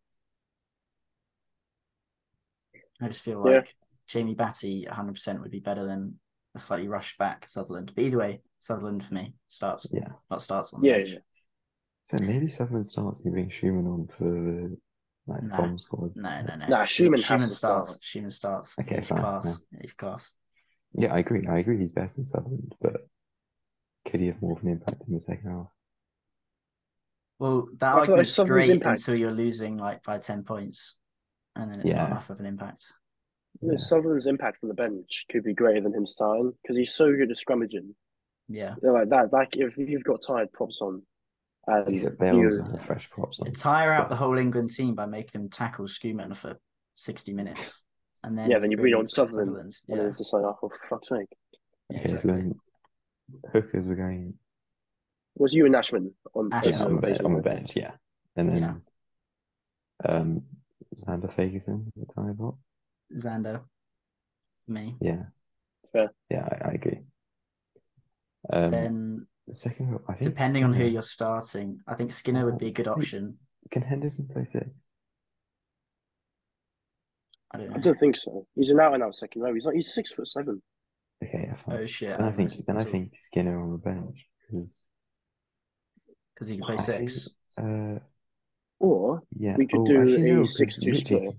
S1: I just feel like
S2: Yeah.
S1: Jamie Batty 100 percent would be better than a slightly rushed back Sutherland. But either way, Sutherland for me starts.
S3: Yeah.
S1: not starts on. the
S2: yeah,
S1: bench.
S2: yeah.
S3: So maybe Sutherland starts even Schumann on for like
S1: Nah.
S3: bomb squad.
S1: No, no, no.
S2: Nah, Schumann has
S1: Schumann
S2: to start.
S1: starts. Schumann starts.
S3: Okay,
S1: he's
S3: fine,
S1: class. He's class.
S3: Yeah, I agree. I agree. He's best in Sutherland, but could he have more of an impact in the second half?
S1: Well, that
S2: I feel like
S1: argument's
S2: Sutherland's
S1: great
S2: impact-
S1: until you're losing like by ten points, and then it's
S3: Yeah.
S1: not enough of an impact.
S3: Yeah.
S2: Sutherland's impact from the bench could be greater than him starting because he's so good at scrummaging.
S1: Yeah,
S2: They're like that. Like if you've got tired props on, and
S3: He's a
S2: you-
S3: Bale's have fresh props on.
S1: They tire out
S3: so-
S1: the whole England team by making them tackle Schumann for sixty minutes, and then
S2: Yeah, then you bring on Sutherland.
S1: Yeah,
S2: and it's just like, oh, for fuck's sake.
S1: yeah,
S3: Okay,
S1: exactly.
S3: so then hookers were going
S2: Was you and Ashman on
S1: Ashman.
S3: yeah,
S2: as
S1: so
S2: a
S3: on, the bench,
S2: basic
S3: on the
S2: one?
S3: bench, yeah. And then um Xander Ferguson at the time of
S1: Xander, me,
S3: Yeah.
S2: Fair.
S3: Yeah, I, I agree. Um
S1: then
S3: the second row, I think
S1: depending on who
S3: Skinner- Oh,
S1: you're starting, I think Skinner would be a good option.
S3: can Henderson play six?
S1: I don't
S2: I
S1: know.
S2: don't think so. He's an out and out second row. He's not. He's six foot seven.
S3: Okay, yeah, fine.
S1: Oh shit!
S3: then I think then I think Skinner on the bench because
S1: because he can play
S3: I think-
S1: six.
S3: uh
S2: Or
S3: yeah
S2: We could
S3: oh,
S2: do
S3: actually,
S2: a
S3: no, 'cause
S2: 6-2
S3: Richie-
S2: split.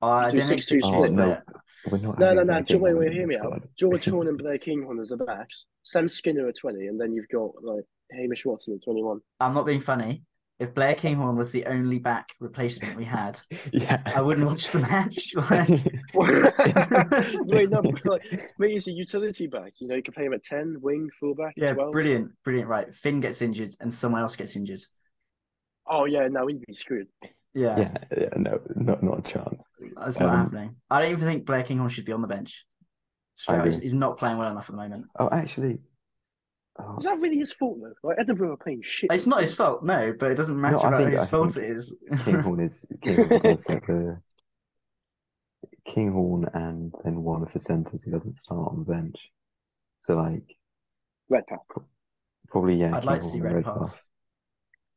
S1: I
S2: Do
S1: don't think
S2: six-two
S1: six
S3: split.
S1: is
S3: Oh, no.
S1: split.
S3: We're not
S2: No, no,
S3: having
S2: no.
S3: Black
S2: Ju- Wait,
S3: England
S2: wait.
S3: in
S2: Hear
S3: the
S2: me out.
S3: squad.
S2: George Horn and Blair Kinghorn as the backs. Sam Skinner at twenty, and then you've got like Hamish Watson at
S1: [laughs]
S2: twenty-one.
S1: I'm not being funny. If Blair Kinghorn was the only back replacement we had,
S3: [laughs] Yeah.
S1: I
S3: [laughs]
S1: wouldn't watch the match. [laughs] Like,
S2: wait, no. but, Like, mate, he's a utility back. You know, you can play him at ten, wing, fullback.
S1: yeah,
S2: as well.
S1: brilliant, brilliant. Right, Finn gets injured and someone else gets injured.
S2: Oh yeah, no, he'd be screwed.
S1: Yeah,
S3: yeah, yeah, no, not not a chance.
S1: that's not
S3: Um,
S1: happening. I don't even think Blair Kinghorn should be on the bench. Straight
S3: I
S1: up, he's,
S3: agree.
S1: he's not playing well enough at the moment.
S3: Oh, actually, oh,
S2: Is that really his fault though? Like Edinburgh are playing shit.
S1: It's not his fault, no, but it doesn't matter
S3: I
S1: about
S3: think- I
S1: whose fault
S3: think
S1: it is.
S3: Kinghorn is
S1: [laughs]
S3: Kinghorn does get the Kinghorn and then one of the centers who doesn't start on the bench. So like
S2: Red pack.
S3: probably yeah.
S1: I'd like to see
S3: Kinghorn and
S1: Redpath.
S3: Redpath.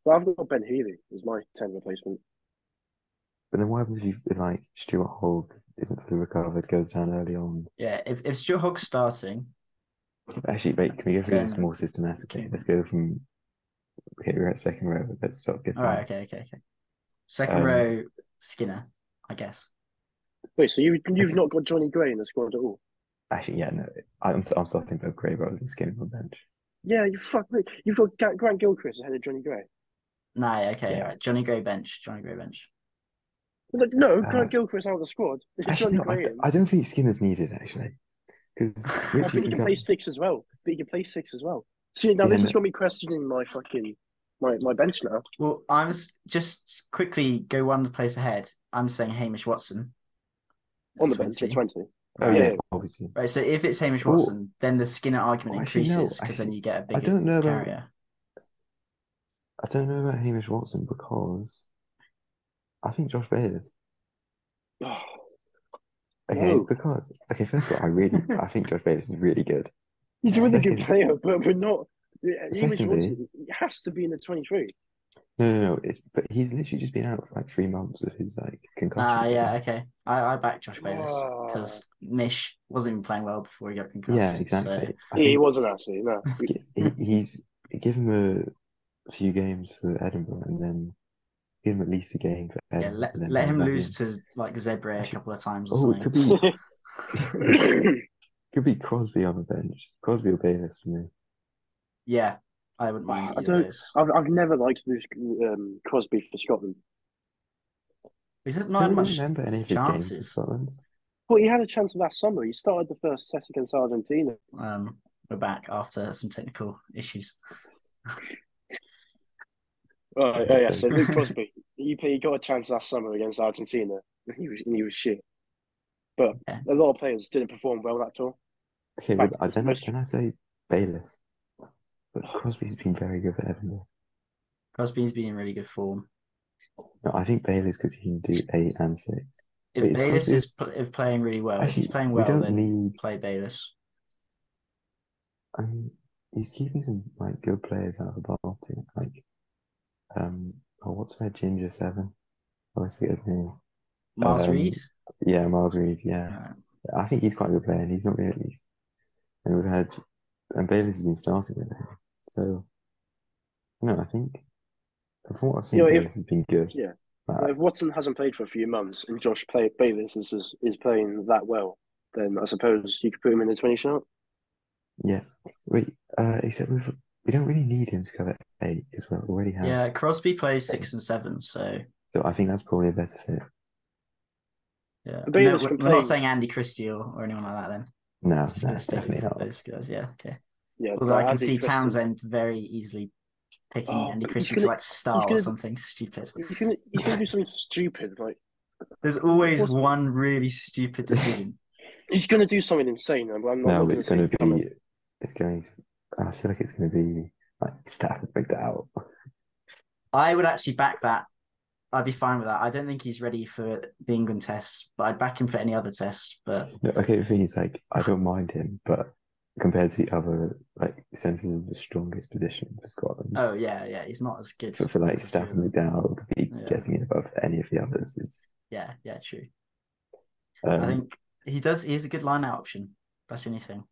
S2: Well, I've got Ben Healy as my ten replacement.
S3: But then what happens if you if, like Stuart Hogg isn't fully recovered, goes down early on?
S1: Yeah, if, if Stuart Hogg's starting,
S3: Actually, wait, can we go through this
S1: Then-
S3: more systematically? Let's go from okay, we're at second row. Let's stop getting
S1: all right, okay, okay, okay. Second
S3: Um,
S1: row, Skinner, I guess.
S2: Wait, so you you've not got Johnny Gray in the squad at all?
S3: Actually, yeah, no, I'm I'm starting Bob Gray rather than Skinner on the bench.
S2: Yeah, you fuck. Mate. You've got Ga- Grant Gilchrist ahead of Johnny Gray.
S1: No, okay,
S3: Yeah.
S1: all right. Johnny Gray bench, Johnny Gray bench.
S2: Look, No,
S3: Uh,
S2: Grant Gilchrist out of the squad. [laughs] Johnny
S3: Actually, no, I,
S2: Gray. in.
S3: I don't think Skinner's needed actually, because
S1: I
S2: I
S3: Richie
S2: think he
S3: can
S2: can
S3: come-
S2: play six as well. But he can play six as well. See, now
S3: Yeah,
S2: this
S3: no.
S2: is going to be questioning my fucking my, my bench now.
S1: Well, I'm s- just quickly go one place ahead. I'm saying Hamish Watson at
S2: On the bench at
S1: 20.
S2: twenty.
S3: Oh
S2: Yeah.
S3: yeah, obviously.
S1: Right, so if it's Hamish
S3: Oh.
S1: Watson, then the Skinner argument
S3: Oh, actually, no,
S1: increases because then
S3: actually,
S1: you get a
S3: I
S1: bigger
S3: don't know about
S1: carrier.
S3: I don't know about Hamish Watson because I think Josh Bayliss.
S2: [sighs]
S3: Okay,
S2: No.
S3: because okay, first of all, I really I think Josh Bayliss is really good.
S2: He's a really good
S3: Second- eh?
S2: player, but we're not. yeah, He was
S3: Secondly-
S2: Watson. He has to be in the twenty-three.
S3: No, no, no. It's but he's literally just been out for like three months with his like concussion.
S1: Ah, yeah, okay. I, I back Josh Bayliss
S2: Ah.
S1: because Mish wasn't even playing well before he got concussed.
S3: yeah,
S1: so-
S3: exactly. I
S2: He
S3: think
S2: wasn't actually. No,
S3: he- he's give him a few games for Edinburgh, and then give him at least a game for
S1: yeah,
S3: Edinburgh.
S1: let,
S3: and then
S1: let
S3: bring
S1: him
S3: back
S1: lose
S3: in.
S1: to like Zebra a
S3: Actually-
S1: couple of times or
S3: Oh, it
S1: something.
S3: could be could be Crosby on the bench. Crosby or Bayliss for me.
S1: Yeah, I wouldn't mind.
S2: Ah, I
S1: either of
S2: don't-
S1: those.
S2: I've, I've never liked Luke um, Crosby for Scotland.
S1: Is it
S3: I
S1: not had
S3: don't
S1: much?
S3: remember any of his games for
S1: chances.
S3: Scotland.
S2: Well, he had a chance last summer. He started the first test against Argentina.
S1: Um, we're back after some technical issues.
S2: Oh,
S3: Yeah,
S2: yeah, yeah. So
S3: so-
S2: Luke Crosby, he, he got a chance last summer against Argentina, and he was, and he was shit. But
S1: Yeah.
S2: a lot of players didn't perform well that tour.
S3: Okay,
S2: Back
S3: but
S2: to
S3: I
S2: this
S3: then
S2: question.
S3: can I say Bayless? But Crosby's been very good for Edinburgh.
S1: Crosby's been in really good form.
S3: No, I think Bayless because he can do eight and six.
S1: If
S3: Wait, is
S1: Bayless
S3: Crosby-
S1: is pl- if playing really well, if Oh, he's
S3: Actually,
S1: playing
S3: we
S1: well,
S3: don't
S1: then
S3: need.
S1: play Bayless.
S3: I mean, he's keeping some like good players out of the ball too. Like, um, oh, what's that ginger seven? Oh, I always forget his name.
S1: Miles
S3: Um,
S1: Reed.
S3: Yeah, Miles Reed. Yeah.
S1: Uh,
S3: I think he's quite a good player, and he's not really. He's, and we've had, and Bayless has been starting with him. So, no, I think from what I've seen,
S2: You know, if-
S3: Bayless has been good.
S2: yeah.
S3: But uh,
S2: if Watson hasn't played for a few months and Josh play, Bayless is, is is playing that well, then I suppose you could put him in the twenty shot.
S3: yeah, wait. Uh, except we've, we don't really need him to cover eight because we already have.
S1: yeah, Crosby plays six and seven, so
S3: So I think that's probably a better fit.
S1: yeah.
S2: But
S1: No,
S2: Bayless
S1: we're,
S2: can
S1: we're not
S2: play-
S1: saying Andy Christie or, or anyone like that. Then
S3: No,
S1: Just
S3: no,
S1: gonna stick
S3: definitely
S1: with
S3: not.
S1: Those guys, yeah, okay.
S2: Yeah,
S1: Although I
S2: but
S1: can
S2: Andy
S1: see
S2: Christie-
S1: Townsend very easily picking
S2: Oh,
S1: Andy
S2: he's
S1: Christie to
S2: gonna-
S1: like star
S2: gonna-
S1: or something stupid.
S2: He's gonna he's gonna do something stupid. Like
S1: There's always
S2: What's-
S1: one really stupid decision.
S2: he's gonna do something insane. and I'm not.
S3: No,
S2: not
S3: it's
S2: gonna
S3: going
S2: see it [laughs]
S3: to
S2: coming.
S3: be. It's going to. I feel like it's going to be like Stafford picked it out.
S1: I would actually back that. I'd be fine with that. I don't think he's ready for the England tests, but I'd back him for any other tests. But
S3: No, okay, the thing is, like, I don't mind him, but compared to the other, like, centres in the strongest position for Scotland,
S1: oh yeah, yeah, he's not as good.
S3: for, for like
S1: as the
S3: Stafford
S1: two of them.
S3: McDowell to be
S1: Yeah.
S3: getting it above any of the others is.
S1: Yeah, yeah, true.
S3: Um,
S1: I think he does. He is a good line out option. That's the only thing.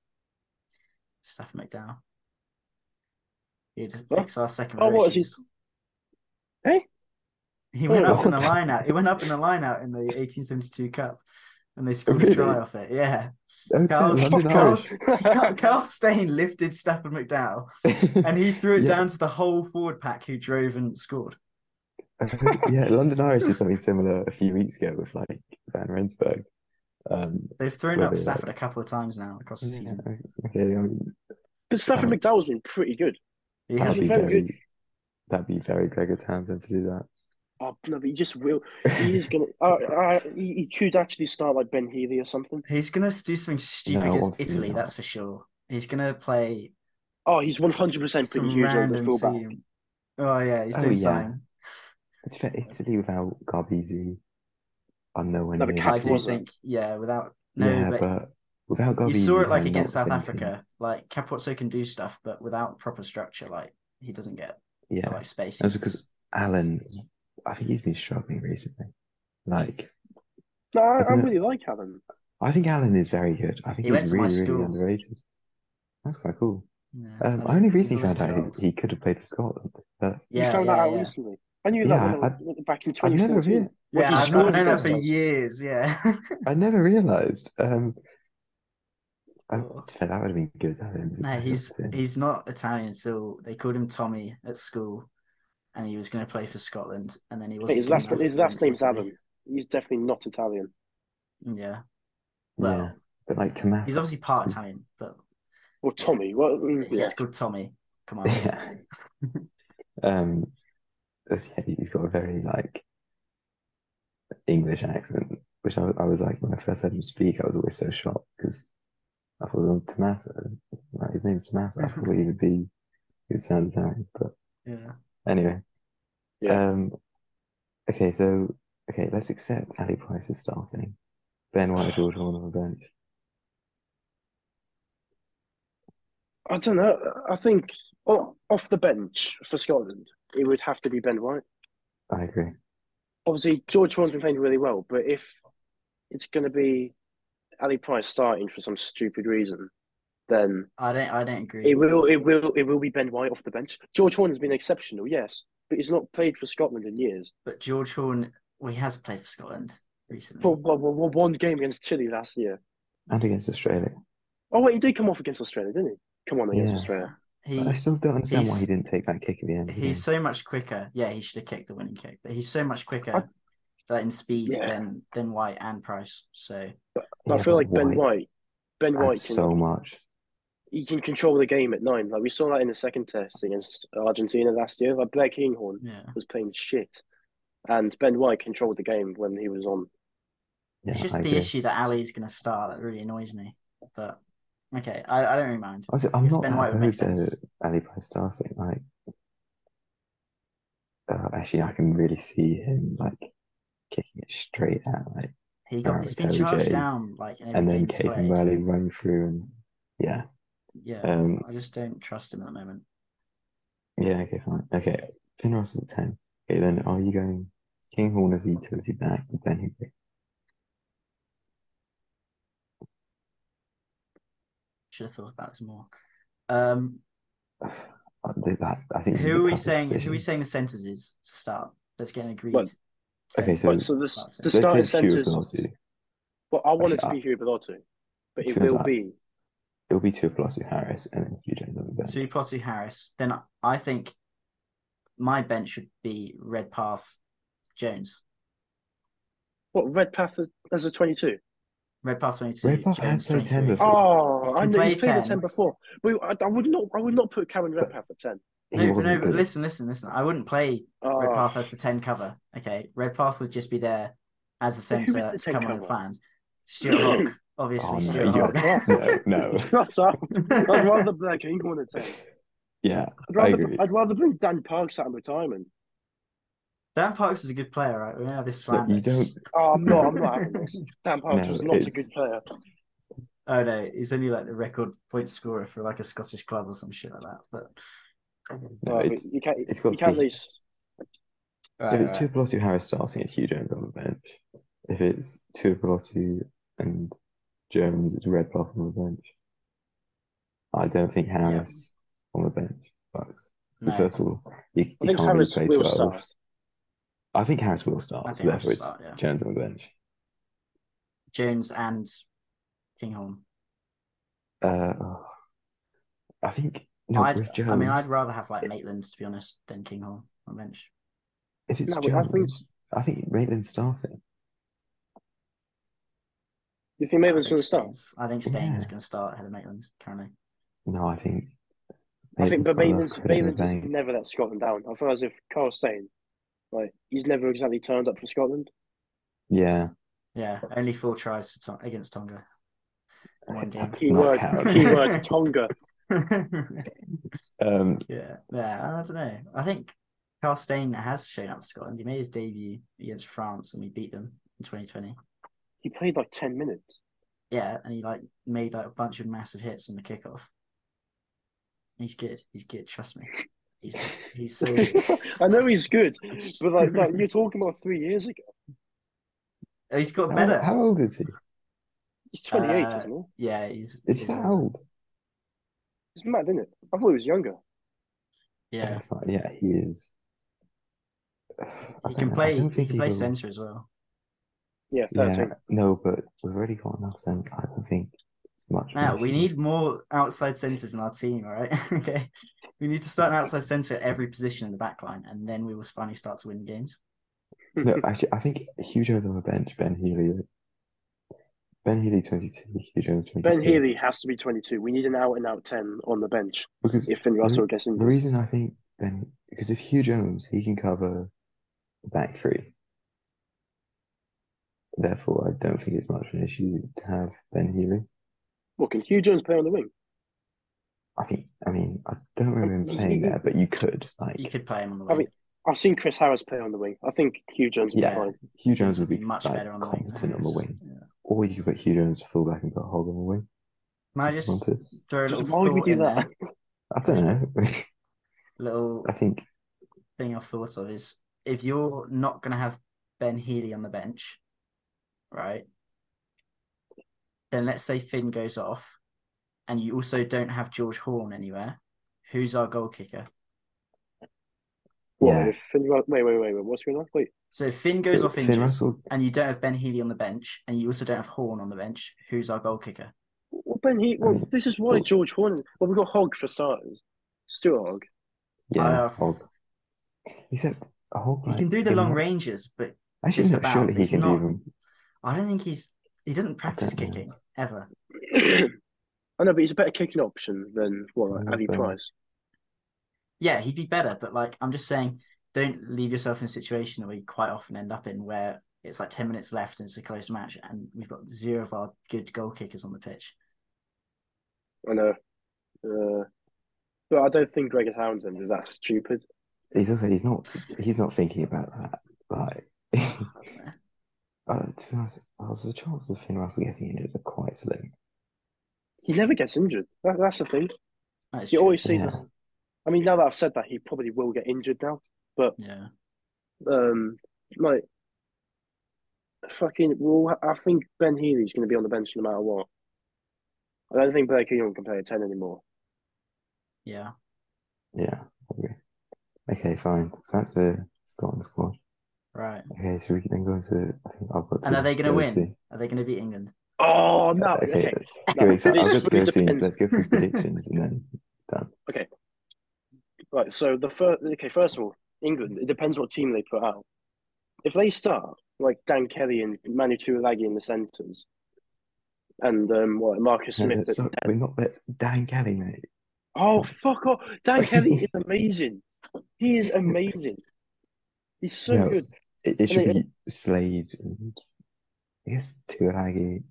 S1: Stafford McDowell. He'd
S2: What?
S1: fix our second.
S2: Oh, what is he- Eh?
S1: He went up in the
S3: Oh, What?
S1: line out. He went up in the line out in the 1872 Cup, and they scored a
S3: Really?
S1: try off it. Yeah,
S3: oh,
S1: Carl-
S3: it's London
S1: Carl-
S3: Irish.
S1: Carl- Carl Stain lifted Stafford McDowell, [laughs] and he threw it
S3: Yeah.
S1: down to the whole forward pack who drove and scored.
S3: [laughs] yeah, London Irish did something similar a few weeks ago with like Van Rensburg. Um,
S1: They've thrown
S3: Were
S1: up
S3: they, like-
S1: Stafford a couple of times now across the
S3: yeah,
S1: season.
S3: okay, I mean,
S2: But Stafford McDowell's been pretty good.
S1: He
S3: that'd
S1: has
S3: be
S1: been
S2: very
S1: very
S2: good.
S3: very, that'd be very Gregor Townsend to do that.
S2: Oh no, but he just will.
S3: [laughs]
S2: He is gonna. Uh, uh, he, he could actually start like Ben Healy or something.
S1: He's gonna do something stupid
S3: No,
S1: against
S3: obviously
S1: Italy,
S3: not.
S1: that's for sure. He's gonna play
S2: Oh, he's one hundred percent putting
S1: some
S2: huge on the
S1: random
S2: fullback.
S1: team. Oh yeah, he's
S3: Oh,
S1: doing
S3: yeah.
S1: something.
S3: But to be fair, Italy without Garbisi, I'm nowhere
S2: No,
S3: near.
S2: but
S1: I
S2: Catch
S1: do
S2: wasn't.
S1: think, yeah, without no,
S3: yeah,
S1: but,
S3: but, without
S1: you
S3: Garbisi,
S1: saw it like
S3: they're
S1: against South
S3: not the same team.
S1: Africa. Like Capozzo can do stuff, but without proper structure, like he doesn't get
S3: Yeah,
S1: like space.
S3: that's because Alan, I think he's been struggling recently. Like,
S2: No, I, I
S3: Isn't it-
S2: really like Alan.
S3: I think Alan is very good. I think
S1: He went
S3: he's
S1: to my
S3: really, really
S1: school.
S3: underrated. That's quite cool.
S1: Yeah,
S3: Um,
S1: like,
S3: I only
S1: he's
S3: recently
S1: always
S3: found out
S1: twelve.
S3: he, he could have played for Scotland, but
S1: Yeah,
S2: you found
S1: yeah,
S2: that out
S1: yeah.
S2: recently. I knew
S3: Yeah,
S2: that when I was back in
S3: I've
S2: twenty
S3: never
S2: fourteen.
S3: rea-
S2: Well,
S1: Yeah,
S2: he
S1: I've,
S2: scored
S1: I've known that
S2: against
S1: for
S2: us.
S1: years. Yeah, [laughs]
S3: I never realised. Um, I-
S1: Oh.
S3: to be fair, that would have been good. to have him as a
S1: no,
S3: backup
S1: he's
S3: too.
S1: he's not Italian, so they called him Tommy at school, and he was going to play for Scotland, and then he wasn't.
S2: His
S1: good
S2: last
S1: enough
S2: his
S1: for
S2: last
S1: them
S2: name's
S1: to-
S2: Adam. He's definitely not Italian.
S1: Yeah, well,
S3: yeah, but like Tomás.
S1: he's obviously part
S3: He's- [laughs]
S1: Italian, but
S2: Or Tommy. Well, mm,
S1: he's
S2: yeah.
S1: called Tommy. Come on.
S3: [laughs] Yeah. um, that's- yeah, he's got a very like English accent, which I, I was like when I first heard him speak, I was always so shocked because I thought oh, Tommaso, like his name's Tommaso. I thought he would be, he would sound Italian, but
S1: Yeah.
S3: anyway.
S2: Yeah.
S3: Um, okay, so okay, let's accept Ali Price is starting. Ben White, George Horn on the bench.
S2: I don't know. I think o- off the bench for Scotland, it would have to be Ben White.
S3: I agree.
S2: Obviously, George Horn's been playing really well, but if it's going to be Ali Price starting for some stupid reason, then
S1: I don't. I don't agree.
S2: it will, it will, it will be Ben White off the bench. George Horn has been exceptional, yes, but he's not played for Scotland in years.
S1: But George Horn, well, he has played for Scotland recently.
S2: Well, well, well, well, one game against Chile last year.
S3: And against Australia.
S2: Oh wait, he did come off against Australia, didn't he? Come on against
S3: Yeah.
S2: Australia.
S1: He
S3: I still don't understand why
S1: he's-
S3: he didn't take that kick at the end. you
S1: he's so much quicker. Yeah, he should have kicked the winning kick, but he's so much quicker like, in speed
S2: Yeah.
S1: than than White and Price. So
S3: know?
S2: I feel like
S3: Yeah,
S2: Ben
S3: but
S2: White, Ben
S3: White
S2: White
S3: adds
S2: can
S3: so much.
S2: he can control the game at nine. Like we saw that in the second test against Argentina last year. Like Blair Keenhorn
S1: yeah,
S2: was playing shit, and Ben White controlled the game when he was on.
S3: Yeah,
S1: it's just
S3: I
S1: the
S3: agree.
S1: issue that Ali's going to start that really annoys me. But okay, I, I don't really mind.
S3: Also, I'm
S1: If
S3: not
S1: Ben
S3: that
S1: White would make
S3: opposed to
S1: sense.
S3: Ali Price starting. Like, uh, actually, I can really see him like kicking it straight at like,
S1: He got
S3: Alright,
S1: he's been
S3: Terry
S1: charged
S3: J.
S1: down like in every
S3: and then
S1: game he's played.
S3: Caden Riley run through and yeah,
S1: Yeah,
S3: um,
S1: I just don't trust him at the moment.
S3: yeah, okay, fine, okay. Finn Russell at ten. Okay, then are you going King Horn as the utility back and Ben Higby?
S1: Should have thought about this more. Um,
S3: I think Uh, That I think this is
S1: who
S3: the
S1: are we
S3: toughest
S1: saying? Who are we
S3: decision.
S1: saying the centers is to start? Let's get an agreed.
S2: Well,
S3: okay,
S1: sentence.
S2: Right, so the
S1: That's it.
S2: the
S1: They
S3: Let's
S2: starting
S3: say Stuart
S2: centers.
S3: Pelosi.
S2: Well, I want it to
S3: Actually,
S2: be Hugh Belotto, but it
S3: Feels
S2: will
S3: like-
S2: be.
S3: It'll be two Pelosi Harris and then Hugh Jones on the
S1: So
S3: bench.
S1: you plot two Harris. Then I think my bench should be Redpath Jones.
S2: What Redpath as, as a twenty-two?
S1: Redpath 22.
S3: Redpath
S1: Jones
S3: has played 10
S1: 23.
S3: before.
S2: Oh,
S1: He
S2: I
S1: can
S2: know
S1: play
S2: you played
S1: 10.
S2: at ten before. But I, I would not. I would not put Cameron
S3: But-
S2: Redpath at ten.
S3: He
S1: No,
S3: wasn't
S1: no, but
S3: good.
S1: listen, listen, listen. I wouldn't play
S2: Oh,
S1: Redpath as the 10 cover. Okay. Redpath would just be there as a
S2: But who is
S1: centre
S2: the
S1: to
S2: 10
S1: come on the
S2: cover?
S1: plans. Stuart
S2: [coughs]
S1: Hawk, obviously.
S3: Oh, no,
S1: Stuart
S3: you're-
S1: Hawk.
S3: [laughs] no, no.
S2: [laughs] shut up! Uh, [laughs] I'd rather Blair Keenhorn at ten.
S3: Yeah,
S2: I'd
S3: I
S2: rather
S3: agree.
S2: I'd rather bring Dan Parks out of retirement.
S1: Dan Parks is a good player, right? We're going to have this
S3: But
S1: slam.
S3: you don't.
S2: Oh, I'm not. I'm not having this. Dan Parks
S3: [laughs] No,
S2: was not a
S3: it's-
S2: good player.
S1: Oh, no. He's only like the record point scorer for like a Scottish club or some shit like that. But
S3: No,
S2: Uh,
S3: it's
S2: you can't.
S3: it's got
S2: you
S3: to
S2: can't
S3: be-
S2: lose.
S1: Right,
S3: if it's
S1: right.
S3: two Pelosi Harris starting, it's Hugh Jones on the bench. If it's two Pelosi and Jones, it's Redpath on the bench. I don't think Harris on the bench. But
S1: No,
S3: first of all, you,
S2: I
S3: you
S2: think
S3: can't really
S2: Harris
S3: play
S2: will
S3: twelve.
S2: start.
S3: I think Harris will
S1: I
S3: start.
S1: think
S3: So
S1: Harris
S3: therefore,
S1: will
S3: it's
S1: start, yeah.
S3: Jones on the bench.
S1: Jones and Kinghorn.
S3: Uh, oh. I think no.
S1: I'd,
S3: with Jones,
S1: I mean, I'd rather have like Maitland to be honest than Kinghorn on bench.
S3: if it's
S2: No, but I
S3: Jones,
S2: think-
S3: I think, Maitland's starting.
S2: You think Maitland's
S1: I
S2: going
S1: think
S2: to start?
S1: Staines- I think Staines is
S3: Yeah.
S1: going to start ahead of Maitland currently.
S3: No, I think.
S2: I think, but
S3: got enough
S2: Maitland's,
S3: credit in the
S2: Maitland's has
S3: bank.
S2: never let Scotland down. I feel as if Carl Stein, like he's never exactly turned up for Scotland.
S3: Yeah,
S1: Yeah, only four tries for Ton- against Tonga. One game. [laughs]
S3: That's
S2: Key
S3: not
S2: word,
S3: Carol. [laughs]
S2: key word, Tonga.
S3: Um,
S1: yeah, yeah. I don't know. I think Carl Stein has shown up for Scotland. He made his debut against France and we beat them in 2020.
S2: He played like ten minutes. [laughs]
S1: Yeah, and he like made like a bunch of massive hits on the kickoff. He's good. He's good. Trust me. He's he's so
S3: [laughs]
S2: I know he's good, but like, like you're talking about three years ago.
S1: Oh, he's got
S3: how,
S1: better.
S3: how old is he?
S2: He's 28,
S1: Uh,
S2: isn't he?
S1: Yeah, he's
S3: Is he
S1: he's
S3: that
S1: older.
S3: old?
S2: It's mad, isn't it? I thought he was younger.
S1: Yeah,
S3: It's like, yeah, he is. I
S1: he
S3: don't
S1: can
S3: know. I
S1: play.
S3: don't
S1: He
S3: think
S1: can play
S3: will-
S1: centre as well.
S2: Yeah,
S3: Yeah,
S2: 13.
S3: no, but we've already got enough sense. I don't think it's much. of an
S1: Now we
S3: issue.
S1: need more outside centres in our team. All right, [laughs] okay. We need to start an outside centre at every position in the back line, and then we will finally start to win games.
S3: No, actually, I think Hugh Jones on the bench. Ben Healy. Ben Healy, twenty-two. Hugh Jones, twenty-two.
S2: Ben Healy has to be 22. We need an out and out 10 on the bench
S3: Because
S2: if Finn Russell gets
S3: The
S2: injured.
S3: reason I think Ben because if Hugh Jones he can cover the back three. Therefore, I don't think it's much of an issue to have Ben Healy.
S2: Well, can Hugh Jones play on the wing?
S3: I think. I mean, I don't remember him playing there, but you could like
S1: You could play him on the
S2: I
S1: wing.
S2: mean, I've seen Chris Harris play on the wing. I think Hugh Jones will
S3: Yeah.
S2: be fine.
S3: Hugh Jones would be
S1: much
S3: like,
S1: better on the wing. than
S3: competent on the
S1: Harris.
S3: wing,
S1: Yeah.
S3: or you could put Hugh Jones fullback and put Hogg on the wing.
S1: Can I
S3: if you
S1: just
S3: wanted.
S1: throw a little
S2: Why would we
S1: thought
S2: do
S1: in
S2: that?
S1: there?
S3: I don't know. [laughs]
S1: Little
S3: I think
S1: thing I've thought of is if you're not going to have Ben Healy on the bench, right? Then let's say Finn goes off, and you also don't have George Horn anywhere. Who's our goal kicker?
S2: What,
S3: Yeah.
S2: if Finn Ru- wait, wait, wait, wait. What's going on? Wait,
S1: So if Finn goes
S3: so
S1: off Uh,
S3: Finn
S1: injured,
S3: Russell.
S1: and you don't have Ben Healy on the bench, and you also don't have Horn on the bench. Who's our goal kicker?
S3: Mm.
S2: well, Ben Healy. Well, this is why George Horn. Well, we've got Hogg for starters. Stuart Hogg. [coughs]
S1: I
S3: Yeah,
S1: have-
S3: Hog. Except a Hog.
S1: He
S3: like,
S1: can do the
S3: in
S1: long
S3: that-
S1: ranges, but
S3: Actually,
S1: just
S3: no,
S1: about,
S3: surely he
S1: he's
S3: can
S1: not-
S3: do them.
S1: I don't think he's he doesn't practice
S3: don't know.
S1: kicking ever.
S2: I know, but he's a better kicking option than what like,
S3: Yeah,
S2: Avi
S3: Mm, fair.
S2: Price.
S1: Yeah, he'd be better, but like I'm just saying, don't leave yourself in a situation where you quite often end up in where it's like ten minutes left and it's a close match, and we've got zero of our good goal kickers on the pitch.
S2: I know, uh, but I don't think Gregor Townsend is that stupid.
S3: He's also he's not he's not thinking about that. Like, [laughs]
S1: I don't know.
S3: uh, to be honest, uh, so the chances of Finn Russell getting injured are quite slim.
S2: He never gets injured. That, that's the thing.
S1: That is
S2: He
S1: true.
S2: always sees.
S3: Yeah.
S2: I mean, now that I've said that, he probably will get injured now.
S1: Yeah,
S2: Um, like, fucking. Well, I think Ben Healy's going to be on the bench no matter what. I don't think Blake Young can play a ten anymore.
S1: yeah.
S3: Yeah, okay. Okay, fine. So that's the Scotland squad.
S1: Right.
S3: Okay, so we can then go into I think I've got.
S1: And
S3: to
S1: are they going to
S3: go
S1: win?
S3: to-
S1: Are they going to beat England?
S2: Oh no!
S3: [laughs] Okay,
S2: Okay,
S3: go
S2: No,
S3: so I've
S2: this
S3: got to
S2: really
S3: go scenes.
S2: depends.
S3: Let's
S2: [laughs]
S3: go through predictions and then done.
S2: Right, so the first, okay, first of all, England, it depends what team they put out. If they start like Dan Kelly and Manu Tuilagi in the centres, and um, what Marcus
S3: No,
S2: Smith,
S3: no,
S2: at
S3: uh, sorry,
S2: ten-
S3: we're not that Dan Kelly, mate.
S2: oh fuck off! Dan Kelly
S3: [laughs]
S2: is amazing. He is amazing. He's so
S3: No.
S2: good.
S3: It, it
S2: I
S3: should
S2: mean,
S3: be Slade and I guess Tuilagi.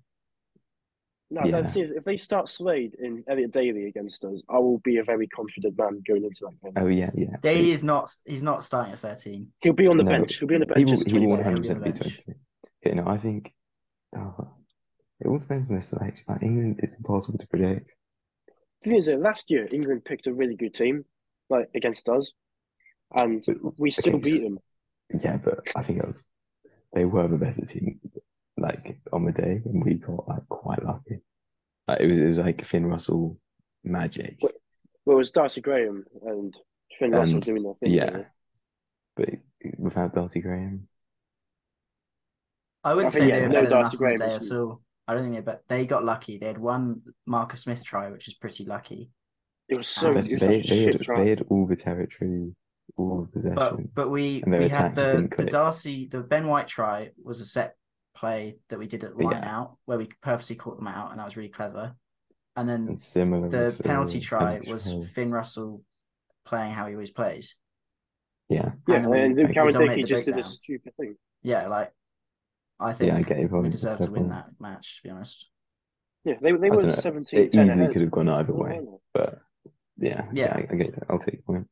S2: No,
S3: Yeah.
S2: that's it. If they start Slade and Elliot Daly against us, I will be a very confident man going into that game.
S3: Oh yeah, yeah.
S1: Daly
S3: please.
S1: is not. He's not starting at thirteen.
S2: He'll be on the
S3: No.
S2: bench. He'll be on the bench.
S3: He will,
S2: as
S3: he will
S2: 20.
S3: one hundred percent be
S1: He'll be on the
S3: twenty. Okay, no, I think oh, it all depends on the selection. Like England, it's impossible to predict.
S2: The thing is, that last year England picked a really good team, like against us, and
S3: But-
S2: we still
S3: okay,
S2: beat them.
S3: Yeah, but I think it was they were the better team, like on the day, and we got like quite lucky. Like, it was it was like Finn Russell magic.
S2: Wait, Well, it was Darcy Graham and Finn Russell
S3: And-
S2: doing their thing.
S3: yeah,
S2: didn't
S3: but without Darcy Graham,
S1: I wouldn't
S2: I
S1: say
S2: think
S1: they
S3: it's
S1: were
S3: no
S1: better than
S2: Darcy
S1: us on the
S2: Graham,
S1: day
S2: isn't
S1: at all. I don't think they but they got lucky. They had one Marcus Smith try, which is pretty lucky.
S2: It was so.
S1: And
S3: they,
S2: It was
S3: they,
S2: such a
S3: they
S2: shit
S3: had,
S2: try.
S3: they had all the territory, all the possession.
S1: But but we
S3: And their
S1: we had
S3: attack just
S1: the
S3: didn't
S1: the
S3: click.
S1: Darcy the Ben White try was a set play that we did at
S3: Yeah.
S1: line out where we purposely caught them out and that was really clever. And then
S3: and similar.
S1: the
S3: with,
S1: penalty
S3: uh,
S1: try
S3: penalty
S1: was
S3: try.
S1: Finn Russell playing how he always plays.
S3: yeah,
S2: Yeah,
S1: and we-
S2: and
S3: we
S2: then Cameron
S1: dominated
S2: Dickey
S1: the
S2: just did a
S1: breakdown.
S2: stupid thing.
S1: Yeah, like I think
S3: yeah. I get your
S1: we
S3: point.
S1: deserve
S3: It's
S1: to win
S3: definitely-
S1: that match. To be honest,
S2: Yeah, they they
S3: I
S2: were
S3: dunno.
S2: 17
S3: It
S2: 10
S3: easily
S2: ahead.
S3: could have gone
S2: They
S3: either way,
S2: won
S3: but yeah,
S1: Yeah.
S3: I, I get that. I'll take your point.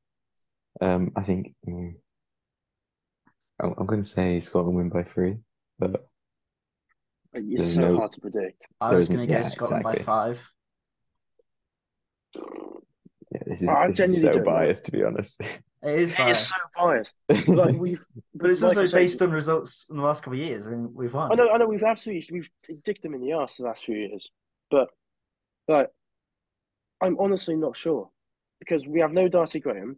S3: Um, I think mm, I'm, I'm going to say Scotland win by three, but
S2: it. It's
S3: There's
S2: so
S3: no-
S2: hard to predict.
S1: I
S3: There
S1: was
S3: isn't-
S1: going to go
S3: yeah,
S1: Scotland
S3: exactly.
S1: by five.
S3: yeah, this is,
S2: I
S3: this is
S2: genuinely
S3: so
S2: don't know.
S3: biased to be honest.
S1: It is
S2: It is
S1: biased,
S2: so biased.
S3: [laughs]
S2: Like we've,
S1: but it's
S2: like I
S1: also
S2: said-
S1: based on results in the last couple of years. I mean, we've won.
S2: I know, I know. We've absolutely we've dicked them in the ass the last few years, but like, I'm honestly not sure because we have no Darcy Graham.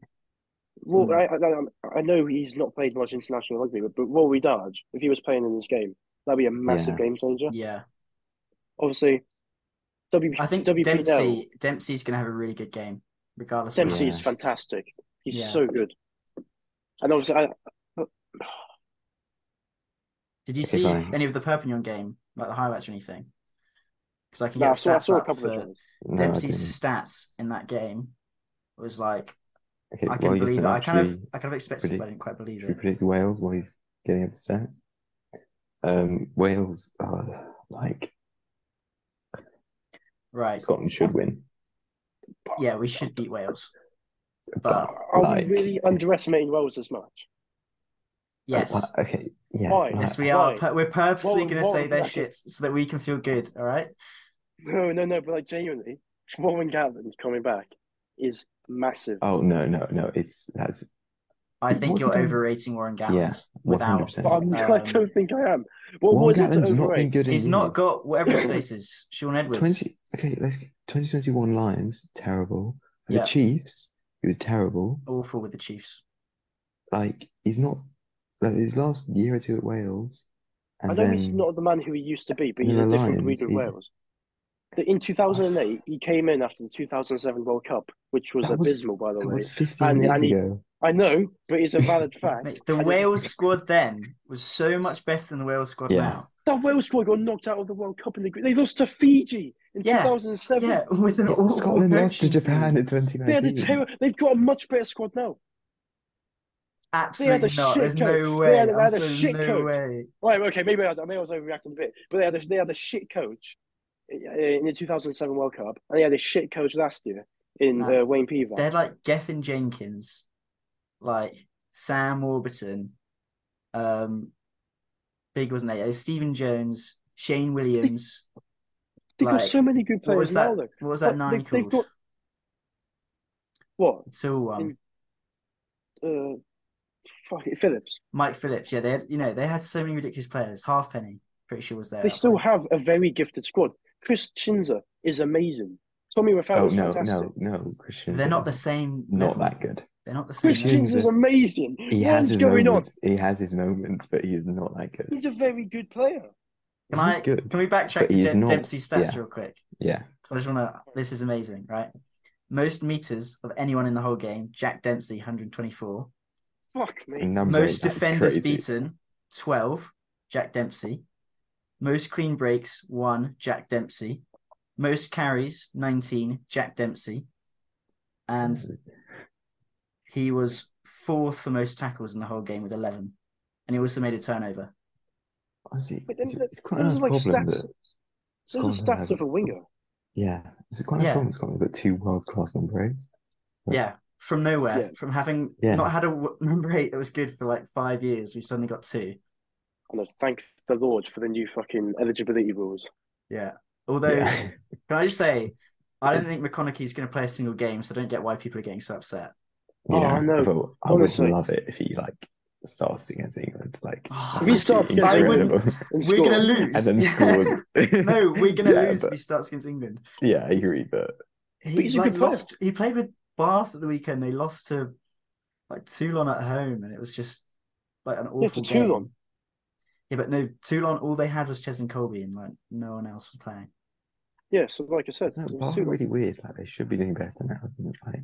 S2: Well,
S1: Hmm.
S2: I, I, I, I know he's not played much international rugby, but, but Rory Darge, if he was playing in this game, that'd be a massive
S3: Yeah.
S2: game changer.
S1: Yeah,
S2: Obviously, WP,
S1: I think
S2: WP
S1: Dempsey Dempsey's going to have a really good game, regardless. of
S3: Dempsey-
S2: Dempsey's
S3: Yeah.
S2: fantastic. He's
S1: Yeah.
S2: so good, and obviously, I,
S1: Did you
S3: Okay,
S1: see
S3: fine.
S1: any of the Perpignan game, like the highlights or anything? Because I can
S2: no,
S1: get
S2: I saw, I
S1: stats
S2: saw a
S1: up
S2: couple of
S1: for
S2: tries.
S3: no, I didn't.
S1: Dempsey's stats in that game. Was like
S3: Okay,
S1: I
S3: well,
S1: couldn't
S3: I guess
S1: believe it.
S3: then
S1: I kind of
S3: should we-
S1: I kind of expected it,
S3: predict-
S1: but I didn't quite believe
S3: should we
S1: it.
S3: predict Wales while he's getting up the stats? Um, Wales are like
S1: Right?
S3: Scotland should win,
S1: Yeah, we should beat Wales.
S3: but
S1: But
S2: Are
S3: like uh,
S2: we really underestimating Wales as much?
S1: yes,
S3: like, okay, yeah,
S2: Why?
S3: like,
S1: yes, we are.
S2: Why?
S1: Pu- We're purposely
S2: What-
S1: going to
S2: what
S1: say
S2: would
S1: their
S2: that-
S1: shit so that we can feel good. All right.
S2: No, no, no. But like genuinely, Warren Gatland coming back is massive.
S3: Oh no, no, no! It's that's
S1: I think
S3: What's
S1: you're
S3: he done?
S1: overrating Warren Gatland.
S3: Yeah, one
S1: Without-
S3: hundred percent.
S2: But I'm, [laughs] I
S1: Um,
S2: don't think I am. What was it to
S3: Gatlin's not been
S2: overrate?
S3: good in
S1: He's not
S3: years.
S1: got whatever his face is. Sean Edwards.
S3: twenty. Okay, let's twenty twenty one Lions terrible. The
S1: Yeah.
S3: Chiefs, he was terrible.
S1: Awful with the Chiefs.
S3: Like he's not. Like his last year or two at Wales, and
S2: I know
S3: then
S2: he's not the man who he used to be, but
S3: and
S2: he's
S3: then
S2: a
S3: the
S2: different breed
S3: Lions,
S2: of
S3: he's-
S2: Wales. The- In 2008, he came in after the 2007 World Cup, which was
S3: That was-
S2: abysmal, by the
S3: That
S2: way.
S3: was 15
S2: And-
S3: years
S2: and he-
S3: ago.
S2: I know, but it's a
S3: [laughs]
S2: valid fact.
S1: Mate, the
S2: And it's-
S1: Wales squad then was so much better than the Wales squad
S3: Yeah.
S1: [laughs] now.
S2: That Wales squad got knocked out of the World Cup in the group. They lost to Fiji in
S1: Yeah,
S2: 2007. [laughs]
S1: Yeah, with an awful
S3: Scotland lost to
S1: coaching
S3: Japan
S1: team.
S3: in
S2: They had a
S3: 2019.
S2: terror. They've got a much better squad now. They had
S1: [laughs] Absolutely
S2: a
S1: not.
S2: shit
S1: There's
S2: coach.
S1: no
S2: They
S1: way.
S2: had- they had a
S1: I'm saying
S2: shit
S1: no
S2: coach.
S1: way.
S2: Right, okay, maybe I, maybe I was overreacting a bit, but they had a, they had a shit coach in the 2007 World Cup, and they had a shit coach last year in
S1: No.
S2: uh, Wayne Pivac.
S1: They're like Geffen Jenkins, like Sam Warburton, um, big wasn't they? Uh, Stephen Jones, Shane Williams.
S2: They've
S1: like,
S2: got so many good
S1: What was
S2: players
S1: that?
S2: now, though.
S1: What was that
S2: But
S1: nine
S2: they've- they've
S1: called?
S2: got- What?
S1: So one.
S2: in- Uh, fuck it, Phillips.
S1: Mike Phillips. Yeah, they had, you know they had so many ridiculous players. Halfpenny, pretty sure was there.
S2: They
S1: at
S2: still
S1: one.
S2: have a very gifted squad. Chris Chinza is amazing. Tommy Rafael
S3: Oh,
S2: is
S3: no,
S2: fantastic.
S3: no, no. Christian
S1: They're not the
S3: Villa's
S1: same.
S3: not
S1: level.
S3: that good.
S1: They're not the same.
S2: Chris
S1: level.
S3: Christian-
S2: Chinza is amazing.
S3: He
S2: What
S3: has
S2: is
S3: his
S2: going on?
S3: moments. He has his moments, but he's not that good.
S2: He's a very good player.
S1: Can
S3: he's
S1: I?
S3: good.
S1: Can we backtrack
S3: But
S1: to
S3: he's
S1: Dem-
S3: not-
S1: Dempsey's stats
S3: yeah.
S1: real quick?
S3: Yeah,
S1: So I just want to. This is amazing, right? Most meters of anyone in the whole game. Jack Dempsey, 124.
S2: Fuck me.
S3: number
S1: Most
S3: eight, that's
S1: defenders
S3: crazy.
S1: beaten, 12. Jack Dempsey. Most clean breaks, one. Jack Dempsey. Most carries, 19. Jack Dempsey. And
S3: Mm.
S1: he was fourth for most tackles in the whole game with 11. And he also made a turnover.
S3: Honestly,
S2: But then
S3: it's,
S2: the-
S3: it's quite a
S2: those
S3: nice
S2: are like
S3: problem.
S2: stats. Those
S3: that
S2: are
S3: Scotland
S2: stats of
S3: have-
S2: a winger.
S3: yeah, it's quite a nice
S1: Yeah.
S3: problem. Scotland got two world class number eights. Right.
S1: Yeah. From nowhere,
S2: Yeah.
S1: from having
S3: Yeah.
S1: not had a w- [laughs] number eight that was good for like five years, we suddenly got two.
S2: And I thank the Lord for the new fucking eligibility rules.
S1: Yeah. Although,
S3: yeah.
S1: [laughs] can I just say, I don't think McConaughey's going to play a single game, so I don't get why people are getting so upset.
S2: Oh,
S3: [laughs] yeah.
S2: no,
S3: Although I
S2: honestly.
S3: would love it if he like started against England. Like
S1: Oh,
S2: If
S3: that
S2: he
S3: would be
S2: starts against
S1: England-
S2: [laughs]
S3: incredible.
S2: And
S1: We're
S2: score.
S1: going to lose.
S3: [laughs] and then
S1: Yeah. [laughs]
S2: [laughs]
S3: scores.
S1: no, we're going to
S3: [laughs] Yeah,
S1: lose
S3: but-
S1: if he starts against England.
S3: yeah, I agree, but
S1: He,
S2: But he's a
S1: like,
S2: good player.
S1: lost, he played with Bath at the weekend. They lost to like Toulon at home, and it was just like an awful
S2: Yeah, to
S1: game.
S2: Toulon.
S1: Yeah, but no, Toulon. All they had was Ches and Colby, and like no one else was playing.
S2: Yeah, so like I said,
S3: No,
S2: it was
S3: Bath are
S2: two-
S3: really weird. Like they should be doing better now. than, Like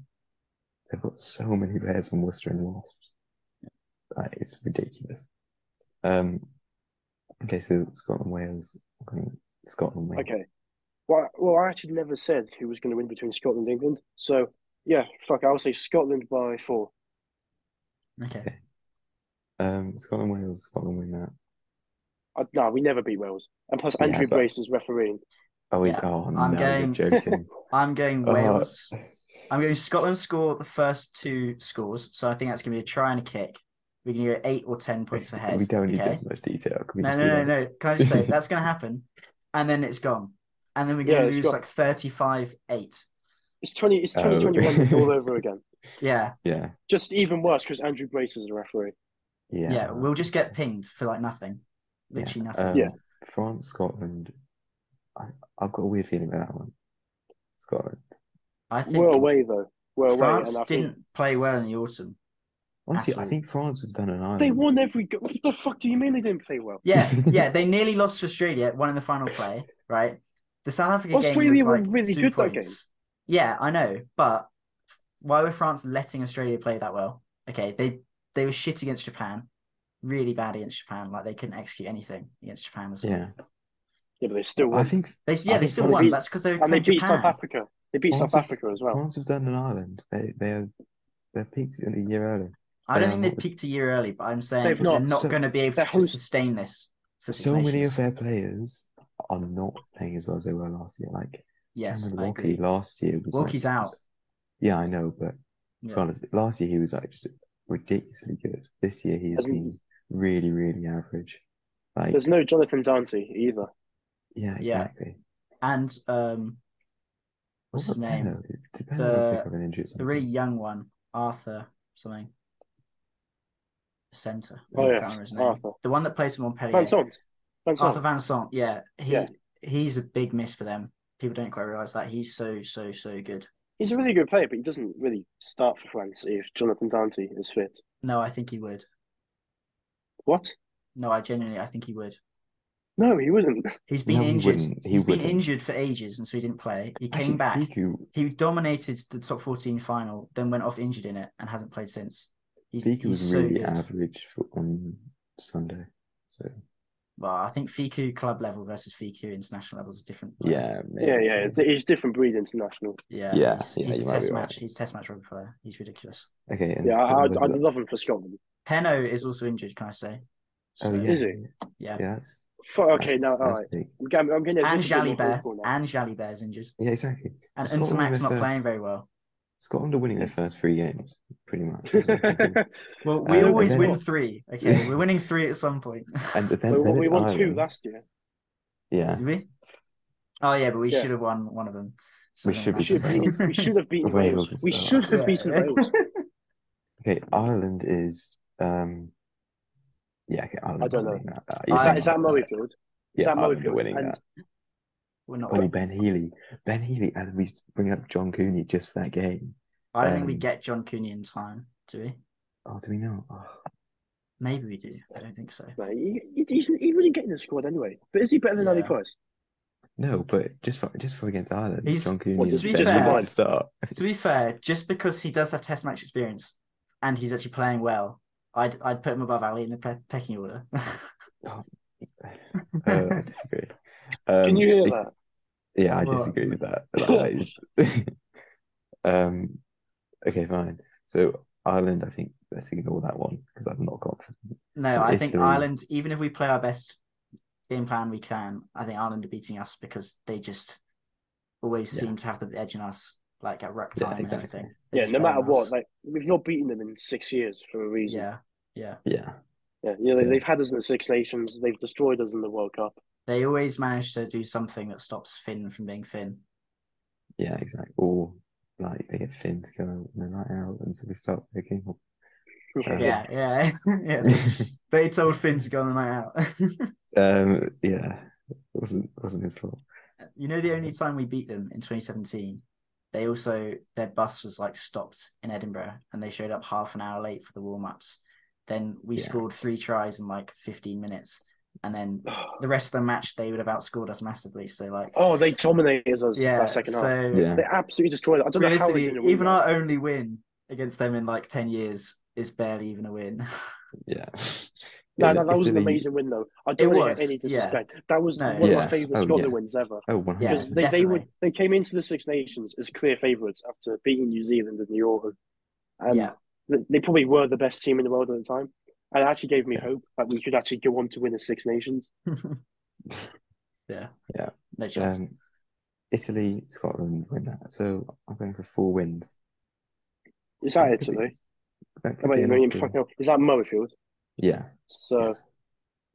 S3: they've got so many players from Worcester and Wasps. Like it's ridiculous. Um. Okay, so Scotland Wales. um, Scotland Wales.
S2: Okay. Well, well, I actually never said who was going to win between Scotland and England. So, yeah, fuck, I'll say Scotland by four.
S1: Okay,
S3: Okay. Um. Scotland Wales. Scotland win that.
S2: I, no, Uh, we never beat Wales. And plus,
S3: Yeah,
S2: Andrew
S3: but-
S2: Brace is refereeing.
S3: Oh, he's,
S1: Yeah,
S3: oh no,
S1: I'm going- [laughs]
S3: you're joking.
S1: I'm going
S3: Oh.
S1: Wales. I'm going Scotland score the first two scores, so I think that's going to be a try and a kick. We're going to go eight or ten points ahead.
S3: we don't need
S1: okay?
S3: this much detail. Can we
S1: No,
S3: just
S1: no,
S3: do
S1: no,
S3: that?
S1: no. Can I just
S3: [laughs]
S1: say that's going to happen, and then it's gone, and then we're going
S2: Yeah,
S1: to
S2: it's
S1: lose
S2: gone.
S1: like thirty-five eight.
S2: It's twenty. It's
S3: Oh.
S2: twenty twenty
S1: [laughs]
S2: one all over again.
S1: Yeah,
S3: Yeah.
S2: Just even worse because Andrew Brace is the referee.
S1: yeah.
S3: Yeah.
S1: We'll just get pinged for like nothing,
S3: Yeah,
S1: literally nothing.
S3: um,
S2: Yeah.
S3: France, Scotland. I, I've got a weird feeling about that one. Scotland.
S1: I think
S2: We're away though. We're away,
S1: France
S2: and I think
S1: didn't play well in the autumn.
S3: Honestly, I
S1: Absolutely.
S3: think France have done an island.
S2: they won every. Go- what the fuck do you mean they didn't play well?
S1: Yeah,
S2: [laughs]
S1: yeah, they nearly lost to Australia, won in the final play, right? The South Africa
S2: Australia
S1: game
S2: were
S1: was like
S2: really
S1: two
S2: good that
S1: points. Yeah, I know, but why were France letting Australia play that well? Okay, they they were shit against Japan, really bad against Japan. Like they couldn't execute anything against Japan. Was
S3: Yeah,
S2: Yeah, but they still
S3: I
S2: won.
S3: think
S1: they, yeah,
S3: I
S1: they
S3: think
S1: still
S3: France
S1: won.
S3: beat-
S1: That's because they were
S2: and they
S1: playing
S2: beat
S1: Japan.
S2: South Africa. They beat
S3: France
S2: South
S3: have-
S2: Africa as well.
S3: France have done an island. They they are they're peaked in a year early.
S1: I don't
S3: Yeah,
S1: think
S3: what
S1: they've
S3: was-
S1: peaked a year early, but I'm saying
S2: They've
S1: they're
S2: not.
S1: not
S3: So-
S1: going to be able
S2: their
S1: to
S2: host-
S1: sustain this. For Six
S3: So many of
S1: Nations.
S3: their players are not playing as well as they were last year. Like
S1: yes,
S3: Cameron
S1: I agree.
S3: Walkie last year was
S1: Walkie's
S3: like,
S1: out.
S3: Yeah, I know, but
S1: Yeah.
S3: honestly, last year he was like just ridiculously good. This year he has
S2: Hasn't-
S3: been really really average. Like
S2: There's no Jonathan Dante either.
S3: yeah,
S1: Yeah.
S3: exactly.
S1: and um, what's
S3: What
S1: his
S3: about Peno?
S1: name?
S3: It depends on
S1: The-
S3: pick up an injury. or
S1: The
S3: something.
S1: really young one, Arthur something. Centre.
S2: Oh,
S1: I
S2: yes,
S1: can't remember his name.
S2: Arthur.
S1: The one that plays for Montpellier.
S2: Van Sont.
S3: Oh,
S2: Van
S1: Arthur
S2: Sont.
S1: Van Sant. Yeah, he
S2: Yeah.
S1: he's a big miss for them. People don't quite realise that he's so so so good.
S2: He's a really good player, but he doesn't really start for France if Jonathan Dante is fit.
S1: No, I think he would.
S2: What?
S1: No, I genuinely I think he would.
S2: No, he wouldn't. [laughs]
S1: He's been
S3: No, he
S1: injured.
S3: wouldn't. He
S1: has been
S3: wouldn't.
S1: injured for ages, and so he didn't play. He came
S3: Actually,
S1: back.
S3: Fiku,
S1: He dominated the top 14 final, then went off injured in it and hasn't played since. He's,
S3: Fiku
S1: he's
S3: was
S1: so
S3: really
S1: good.
S3: average for on Sunday. So
S1: Well, I think Fiku club level versus Fiku international level is a different. player.
S3: yeah, maybe.
S2: Yeah, yeah. it's- He's different breed international.
S1: yeah,
S3: Yeah,
S1: He's,
S3: yeah,
S1: he's a
S3: you might
S1: test
S3: be right.
S1: match. He's a test match rugby player. He's ridiculous.
S3: Okay, and
S2: Yeah,
S3: so
S2: I, I'd,
S3: was
S2: I'd
S3: that-
S2: love him for Scotland.
S1: Peno is also injured. Can I say?
S3: oh
S1: So,
S3: yeah,
S2: Is he?
S1: yeah.
S3: yeah, that's,
S2: Fuck, okay,
S3: that's-
S2: now, all
S3: that's
S2: right.
S3: big.
S2: I'm getting, I'm getting a
S1: And
S2: little bit more
S1: Jalibert.
S2: hopeful
S3: [laughs]
S2: now.
S1: And Jalibert is injured.
S3: Yeah, exactly.
S1: And
S3: Scotland were
S1: Intermac's not
S3: first.
S1: playing very well.
S3: Scotland are winning their first three games, pretty
S2: [laughs]
S3: much. That's what I'm thinking.
S1: Well, we
S3: Um, and
S1: always
S3: then-
S1: win three. Okay, we're winning three at some point.
S3: and then,
S2: [laughs] we,
S3: then
S2: we
S3: it's
S2: won two
S3: Ireland.
S2: last year.
S3: Yeah,
S1: Did we? Oh yeah, but we
S2: Yeah.
S1: should have won one of them. So
S3: We
S1: it
S3: should
S2: We
S1: doesn't
S2: should,
S1: matter.
S3: be-
S2: beat, we should have beaten
S3: Wales
S2: Wales.
S3: is
S2: We
S3: the-
S2: should have
S1: Yeah.
S3: [laughs]
S2: beaten Wales.
S3: Okay, Ireland is. um Yeah, okay, Ireland
S2: I don't know.
S3: winning that. Uh,
S2: Is
S3: yeah,
S2: that, is that Murrayfield?
S3: Yeah,
S2: Is that
S3: Ireland are
S2: Murrayfield?
S3: winning
S2: And
S3: that.
S1: We're not.
S3: Oh, Ben Healy. Ben Healy, and we bring up John Cooney just that game.
S1: I don't think we
S3: um,
S1: get John Cooney in time, do we?
S3: Oh, do we know? Oh,
S1: Maybe we do. I don't think so.
S2: no, he, he, he's, he wouldn't get in the squad anyway. But is he better than Ali
S1: Yeah.
S2: Price?
S3: no, but just for just for against Ireland,
S1: He's-
S3: John Cooney
S2: Well,
S3: and
S2: to be
S3: Ben
S2: fair-
S3: Healy to start.
S1: To be fair, just because he does have Test match experience and he's actually playing well, I'd I'd put him above Ali in the pe- pecking order. [laughs]
S3: Uh, I disagree. Um,
S2: Can you hear
S3: be-
S2: that?
S3: Yeah, I
S1: What?
S3: disagree with
S2: [laughs]
S3: that. That is. [laughs] um, okay, fine. So Ireland, I think let's ignore that one because I'm not confident.
S1: no, I think
S3: Italy.
S1: Ireland. Even if we play our best game plan, we can. I think Ireland are beating us because they just always
S3: Yeah.
S1: seem to have the edge in us, like at ruck
S3: Yeah,
S1: time
S3: exactly.
S1: and everything. They
S2: Yeah,
S1: just
S2: no
S1: play
S2: matter
S1: on us.
S2: what, like we've not beaten them in six years for a reason.
S1: yeah, yeah.
S3: Yeah,
S2: Yeah, you know, they,
S3: Yeah.
S2: they've had us in the Six Nations. They've destroyed us in the World Cup.
S1: They always manage to do something that stops Finn from being Finn.
S3: yeah, exactly. Or like they get Finn to go on the night out, and so they start picking up. Yeah.
S1: Yeah, yeah, [laughs] yeah.
S3: [laughs]
S1: They told Finn to go on the night out. [laughs]
S3: Um, yeah, it wasn't wasn't his fault.
S1: you know, the only time we beat them in 2017, they also their bus was like stopped in Edinburgh, and they showed up half an hour late for the warm ups. Then we
S3: Yeah.
S1: scored three tries in like 15 minutes, and then the rest of the match they would have outscored us massively. So like,
S2: [sighs] oh, they dominated us
S1: yeah,
S2: that second half.
S1: so
S3: Yeah,
S2: They absolutely destroyed us. I don't know how they
S1: realistically,
S2: didn't win
S1: even
S2: that.
S1: our only win against them in like 10 years is barely even a win. [laughs]
S3: yeah. [laughs]
S2: No,
S3: Yeah,
S2: no, that was an
S3: Italy-
S2: amazing win, though. I don't
S1: It
S2: want to
S1: was,
S2: get any
S1: yeah.
S2: disrespect. That was
S1: No,
S2: one of
S3: yeah.
S2: my favourite
S3: Oh,
S2: Scotland
S3: yeah.
S2: wins ever.
S3: Oh, 100.
S1: Yeah.
S2: Because they, they were
S1: definitely.
S2: they came into the Six Nations as clear favourites after beating New Zealand and New Orleans, and
S3: [laughs]
S1: yeah,
S2: th- they probably were the best team in the world at the time. And it actually gave me
S3: Yeah.
S2: hope that we could actually go on to win the Six Nations.
S1: yeah,
S3: Yeah.
S1: No chance.
S3: Um, Italy, Scotland win that. So I'm going for four wins.
S2: Is that
S3: That could
S2: Italy?
S3: be- that could
S2: Oh,
S3: be
S2: wait,
S3: enough
S2: wait,
S3: to-
S2: fuck no. Is that Murrayfield?
S3: Yeah,
S2: So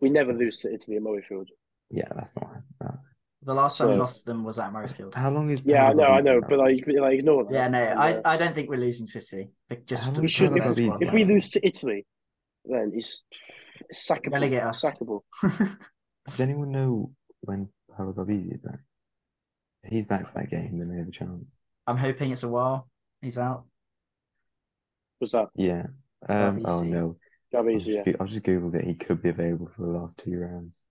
S2: we never lose to Italy at Murrayfield.
S3: yeah, that's not. That.
S1: The last time we
S2: so-
S1: lost to them was at Murrayfield.
S3: How long is?
S2: Yeah, I know, I
S3: Paolo
S2: know,
S3: Rubio
S2: but
S3: now?
S2: like, like ignore that.
S1: Yeah, no,
S2: And,
S1: I,
S2: uh,
S1: I don't think we're losing to Italy. But
S3: How
S1: just
S3: do
S1: to
S3: we
S2: should-
S1: the best
S3: if-
S1: squad.
S2: if we lose to Italy, then it's it's sackable.
S1: Relegate us.
S2: Sackable.
S3: Does anyone know when Paolo Gabbidi is back? If He's back for that game, then they have a chance.
S1: I'm hoping it's a while. He's out.
S2: Was that
S3: Yeah. Um, oh
S1: Gabbisi.
S3: no, I'll
S2: Gabby's?
S3: just,
S2: Yeah.
S3: go- I'll just Google that he could be available for the last two rounds.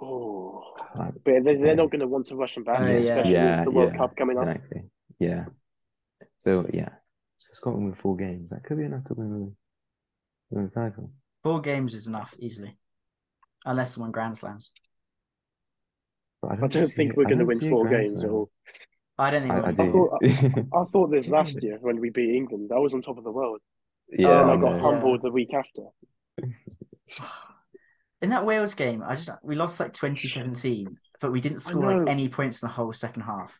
S2: Oh.
S3: Like,
S2: But they,
S3: Yeah.
S2: they're not going to want to rush him back,
S1: Oh, yeah.
S2: especially
S3: yeah,
S2: with the World
S3: yeah,
S2: Cup coming up.
S3: exactly. Yeah. So yeah, so Scotland win four games. That could be enough to win the, win the title.
S1: Four games is enough easily, unless someone grand slams.
S3: But
S2: I don't
S3: see
S2: think
S3: it-
S2: we're
S3: I
S2: going to
S3: don't
S2: win
S3: see a
S2: four
S3: grand
S2: games at
S3: slam.
S2: all.
S1: I don't think.
S3: I,
S1: we'll
S3: I
S1: win four.
S3: [laughs] do.
S2: thought- I thought this last year when we beat England, I was on top of the world.
S3: yeah,
S2: and
S1: I
S2: I got
S1: know.
S2: humbled the week after.
S1: In that Wales game, I just we lost like 2017, but we didn't score like
S2: know.
S1: any points in the whole second half.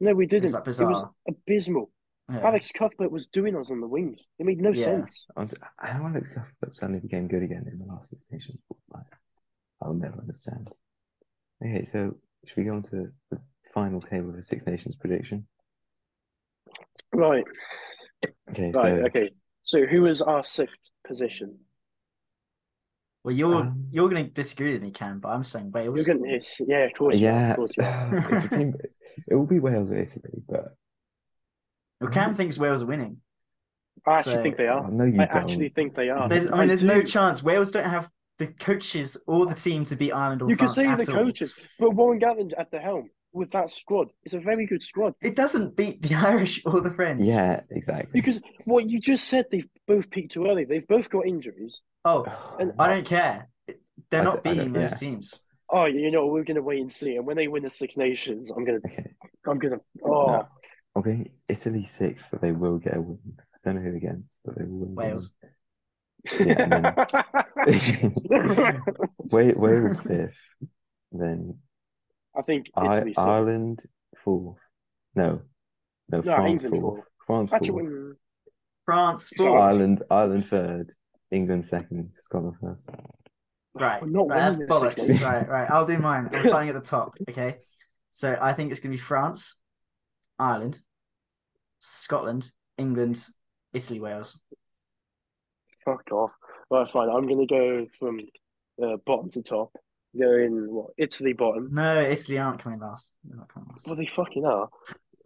S2: No, we
S1: It
S2: didn't.
S1: was like bizarre.
S2: abysmal.
S1: Yeah.
S2: Alex Cuthbert was doing us on the wings. It made no
S1: Yeah.
S2: sense.
S3: I'm t- How Alex Cuthbert suddenly became good again in the last Six Nations? Like, I'll never understand. Okay, so should we go on to the final table of the Six Nations prediction?
S2: Right,
S3: Okay, so
S2: right, okay. So who is our sixth position?
S1: Well, you're
S3: Um,
S1: you're going to disagree with me, Cam, but I'm saying Wales.
S2: You're getting his. Yeah, of course. you are,
S3: yeah,
S2: Of course you are.
S3: [laughs] it's a team. It will be Wales or Italy, but
S1: Well, Cam thinks Wales are winning.
S2: I actually
S1: So-
S2: think they
S3: oh,
S2: are.
S3: no, you
S2: I
S3: don't.
S2: actually think they are.
S1: There's, I mean, there's
S2: do.
S1: no chance. Wales don't have the the coaches or the team to beat Ireland or
S2: You can
S1: France
S2: say
S1: at
S2: the
S1: all.
S2: coaches, but Warren Gatland at the helm with that squad, it's a very good squad.
S1: It doesn't beat the [laughs] Irish or the French.
S3: Yeah, exactly. [sighs]
S2: Because what you just said, they've both peaked too early. They've both got injuries.
S1: Oh,
S2: and-
S1: I don't care. They're
S3: Uh, I
S1: not
S3: d- I
S1: beating
S3: don't-
S1: those
S3: yeah.
S1: teams.
S2: Oh, you know, we're gonna wait and see. And when they win the Six Nations, I'm gonna,
S3: Okay.
S2: I'm gonna. Oh,
S3: No. Okay, Italy six, but they will get a win. I don't know who against, but they will win. [laughs]
S1: Wales. [laughs]
S3: Wait, Wales fifth, then
S2: [laughs] I think
S3: I-
S2: Italy. I,
S3: Ireland fourth. No, no,
S2: No,
S3: France
S2: England
S3: fourth.
S2: fourth.
S3: France
S2: Actually,
S3: fourth.
S2: mm,
S1: France,
S2: Sorry.
S1: four.
S3: Ireland, Ireland third. England second. Scotland first.
S1: Right,
S2: We're not
S1: right, that's
S2: winning this
S1: bollocks.
S3: again.
S1: right, right. I'll do mine.
S2: [laughs]
S1: I'm starting at the top. Okay, so I think it's going to be France, Ireland, Scotland, England, Italy, Wales.
S2: fuck off. Right, fine. I'm gonna go from uh, bottom to top. Go in what Italy bottom.
S1: No, Italy aren't coming last. They're not coming last.
S2: Well, they fucking are.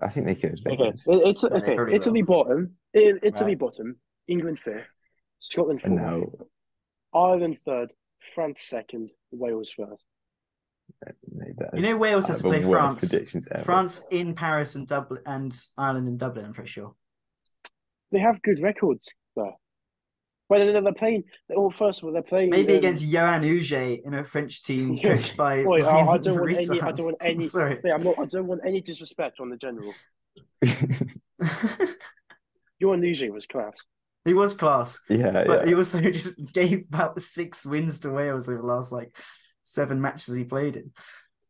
S3: I think they could. They
S2: Okay,
S3: could.
S2: it's
S1: Yeah, they
S2: okay.
S1: probably
S2: Italy bottom. I- Italy
S1: Right.
S2: bottom. England fifth. Scotland fourth.
S3: No,
S2: Ireland third. France second. Wales first.
S3: mate, that
S1: You
S3: is
S1: know, Wales
S3: one
S1: have
S3: of
S1: to
S3: the
S1: play
S3: worst
S1: France.
S3: predictions ever.
S1: France in Paris and Dublin and Ireland and Dublin. I'm pretty sure.
S2: They have good records there. Well, no, no, they're playing. Well, first of all, they're playing.
S1: Maybe
S2: um,
S1: against Johan Uge in a French team
S2: [laughs] Yeah.
S1: coached by.
S2: Oi, I- I don't want any- I
S1: retards.
S2: don't want any-
S1: I'm Sorry.
S2: Hey, I'm not, I don't want any disrespect on the general.
S1: [laughs]
S2: [laughs] Your illusion was class.
S1: he was class.
S3: [laughs] yeah,
S1: But
S3: Uh, yeah.
S1: he also [laughs] just gave about six wins to Wales over the last like seven matches he played in.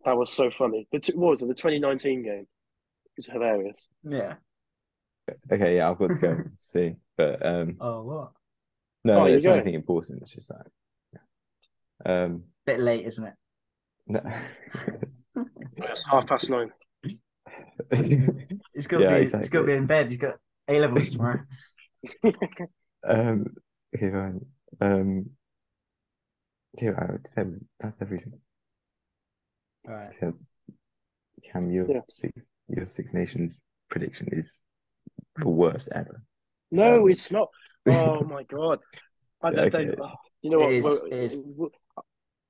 S2: That was so funny. The two, what was it? The 2019 game. It was hilarious.
S1: Yeah.
S3: Okay, yeah, I've got to
S1: [laughs]
S3: go. See, but um,
S1: Oh, what?
S3: no,
S2: Oh, you
S3: it's not
S2: go.
S3: anything important. It's just that. Yeah. Um.
S1: Bit late, isn't it?
S3: No.
S2: It's half past nine.
S1: He's got to
S3: Yeah,
S1: be. He's got to
S3: exactly.
S1: be in bed. He's got A
S3: [laughs]
S1: levels tomorrow.
S3: um. Okay. Fine. Um. Okay. I would say that's everything.
S1: All right.
S3: So, Cam, your
S2: Yeah.
S3: six, your Six Nations prediction is the worst ever.
S2: [laughs] No,
S3: Um,
S2: it's not. Oh
S1: [laughs]
S2: my god. I don't,
S3: Okay.
S2: don't- oh, you know what?
S1: It is-
S2: well,
S1: it is.
S2: well,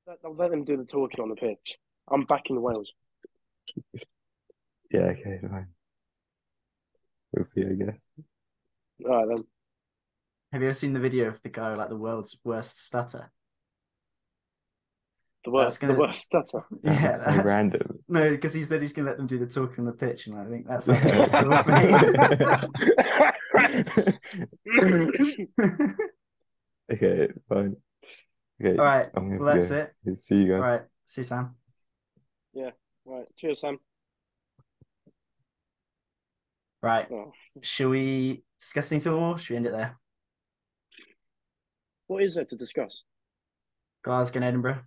S2: let- I'll let them do the talking on the pitch. I'm back in Wales.
S3: [laughs] Yeah. Okay. Fine. We'll see. I guess.
S1: [laughs]
S2: All right then.
S1: Have you ever seen the video of the guy with, like the world's worst stutter?
S2: The worst,
S1: gonna-
S2: the worst stutter.
S3: That was so
S1: [laughs]
S3: random.
S1: No, because he said he's going to let them do the talking on the pitch, and I think [laughs]
S3: [laughs]
S1: that's how they got to [laughs] what made-
S3: [laughs] okay. Fine. Okay.
S1: All right.
S3: I'm gonna
S1: Well, that's
S3: go.
S1: it.
S3: See you
S1: All
S3: guys.
S1: right. See you, Sam.
S2: [laughs] right. Cheers, Sam.
S1: Right.
S2: Oh.
S1: Shall we discuss anything more? Should we end it there?
S2: What is there to discuss?
S1: Glasgow and Edinburgh.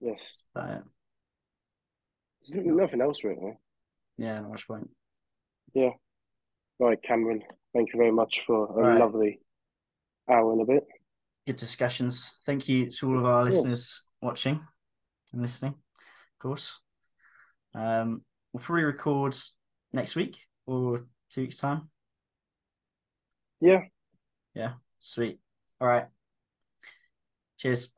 S2: Yes.
S1: About it.
S2: There's nothing else really.
S1: Yeah, not much point.
S2: Right, Cameron. Thank you very much for a
S1: Right.
S2: lovely hour and a bit.
S1: Good discussions. Thank you to all of our
S2: Cool.
S1: listeners watching and listening, of course. Um, we'll probably record next week or two weeks' time.
S2: Yeah.
S1: Sweet. All right. Cheers.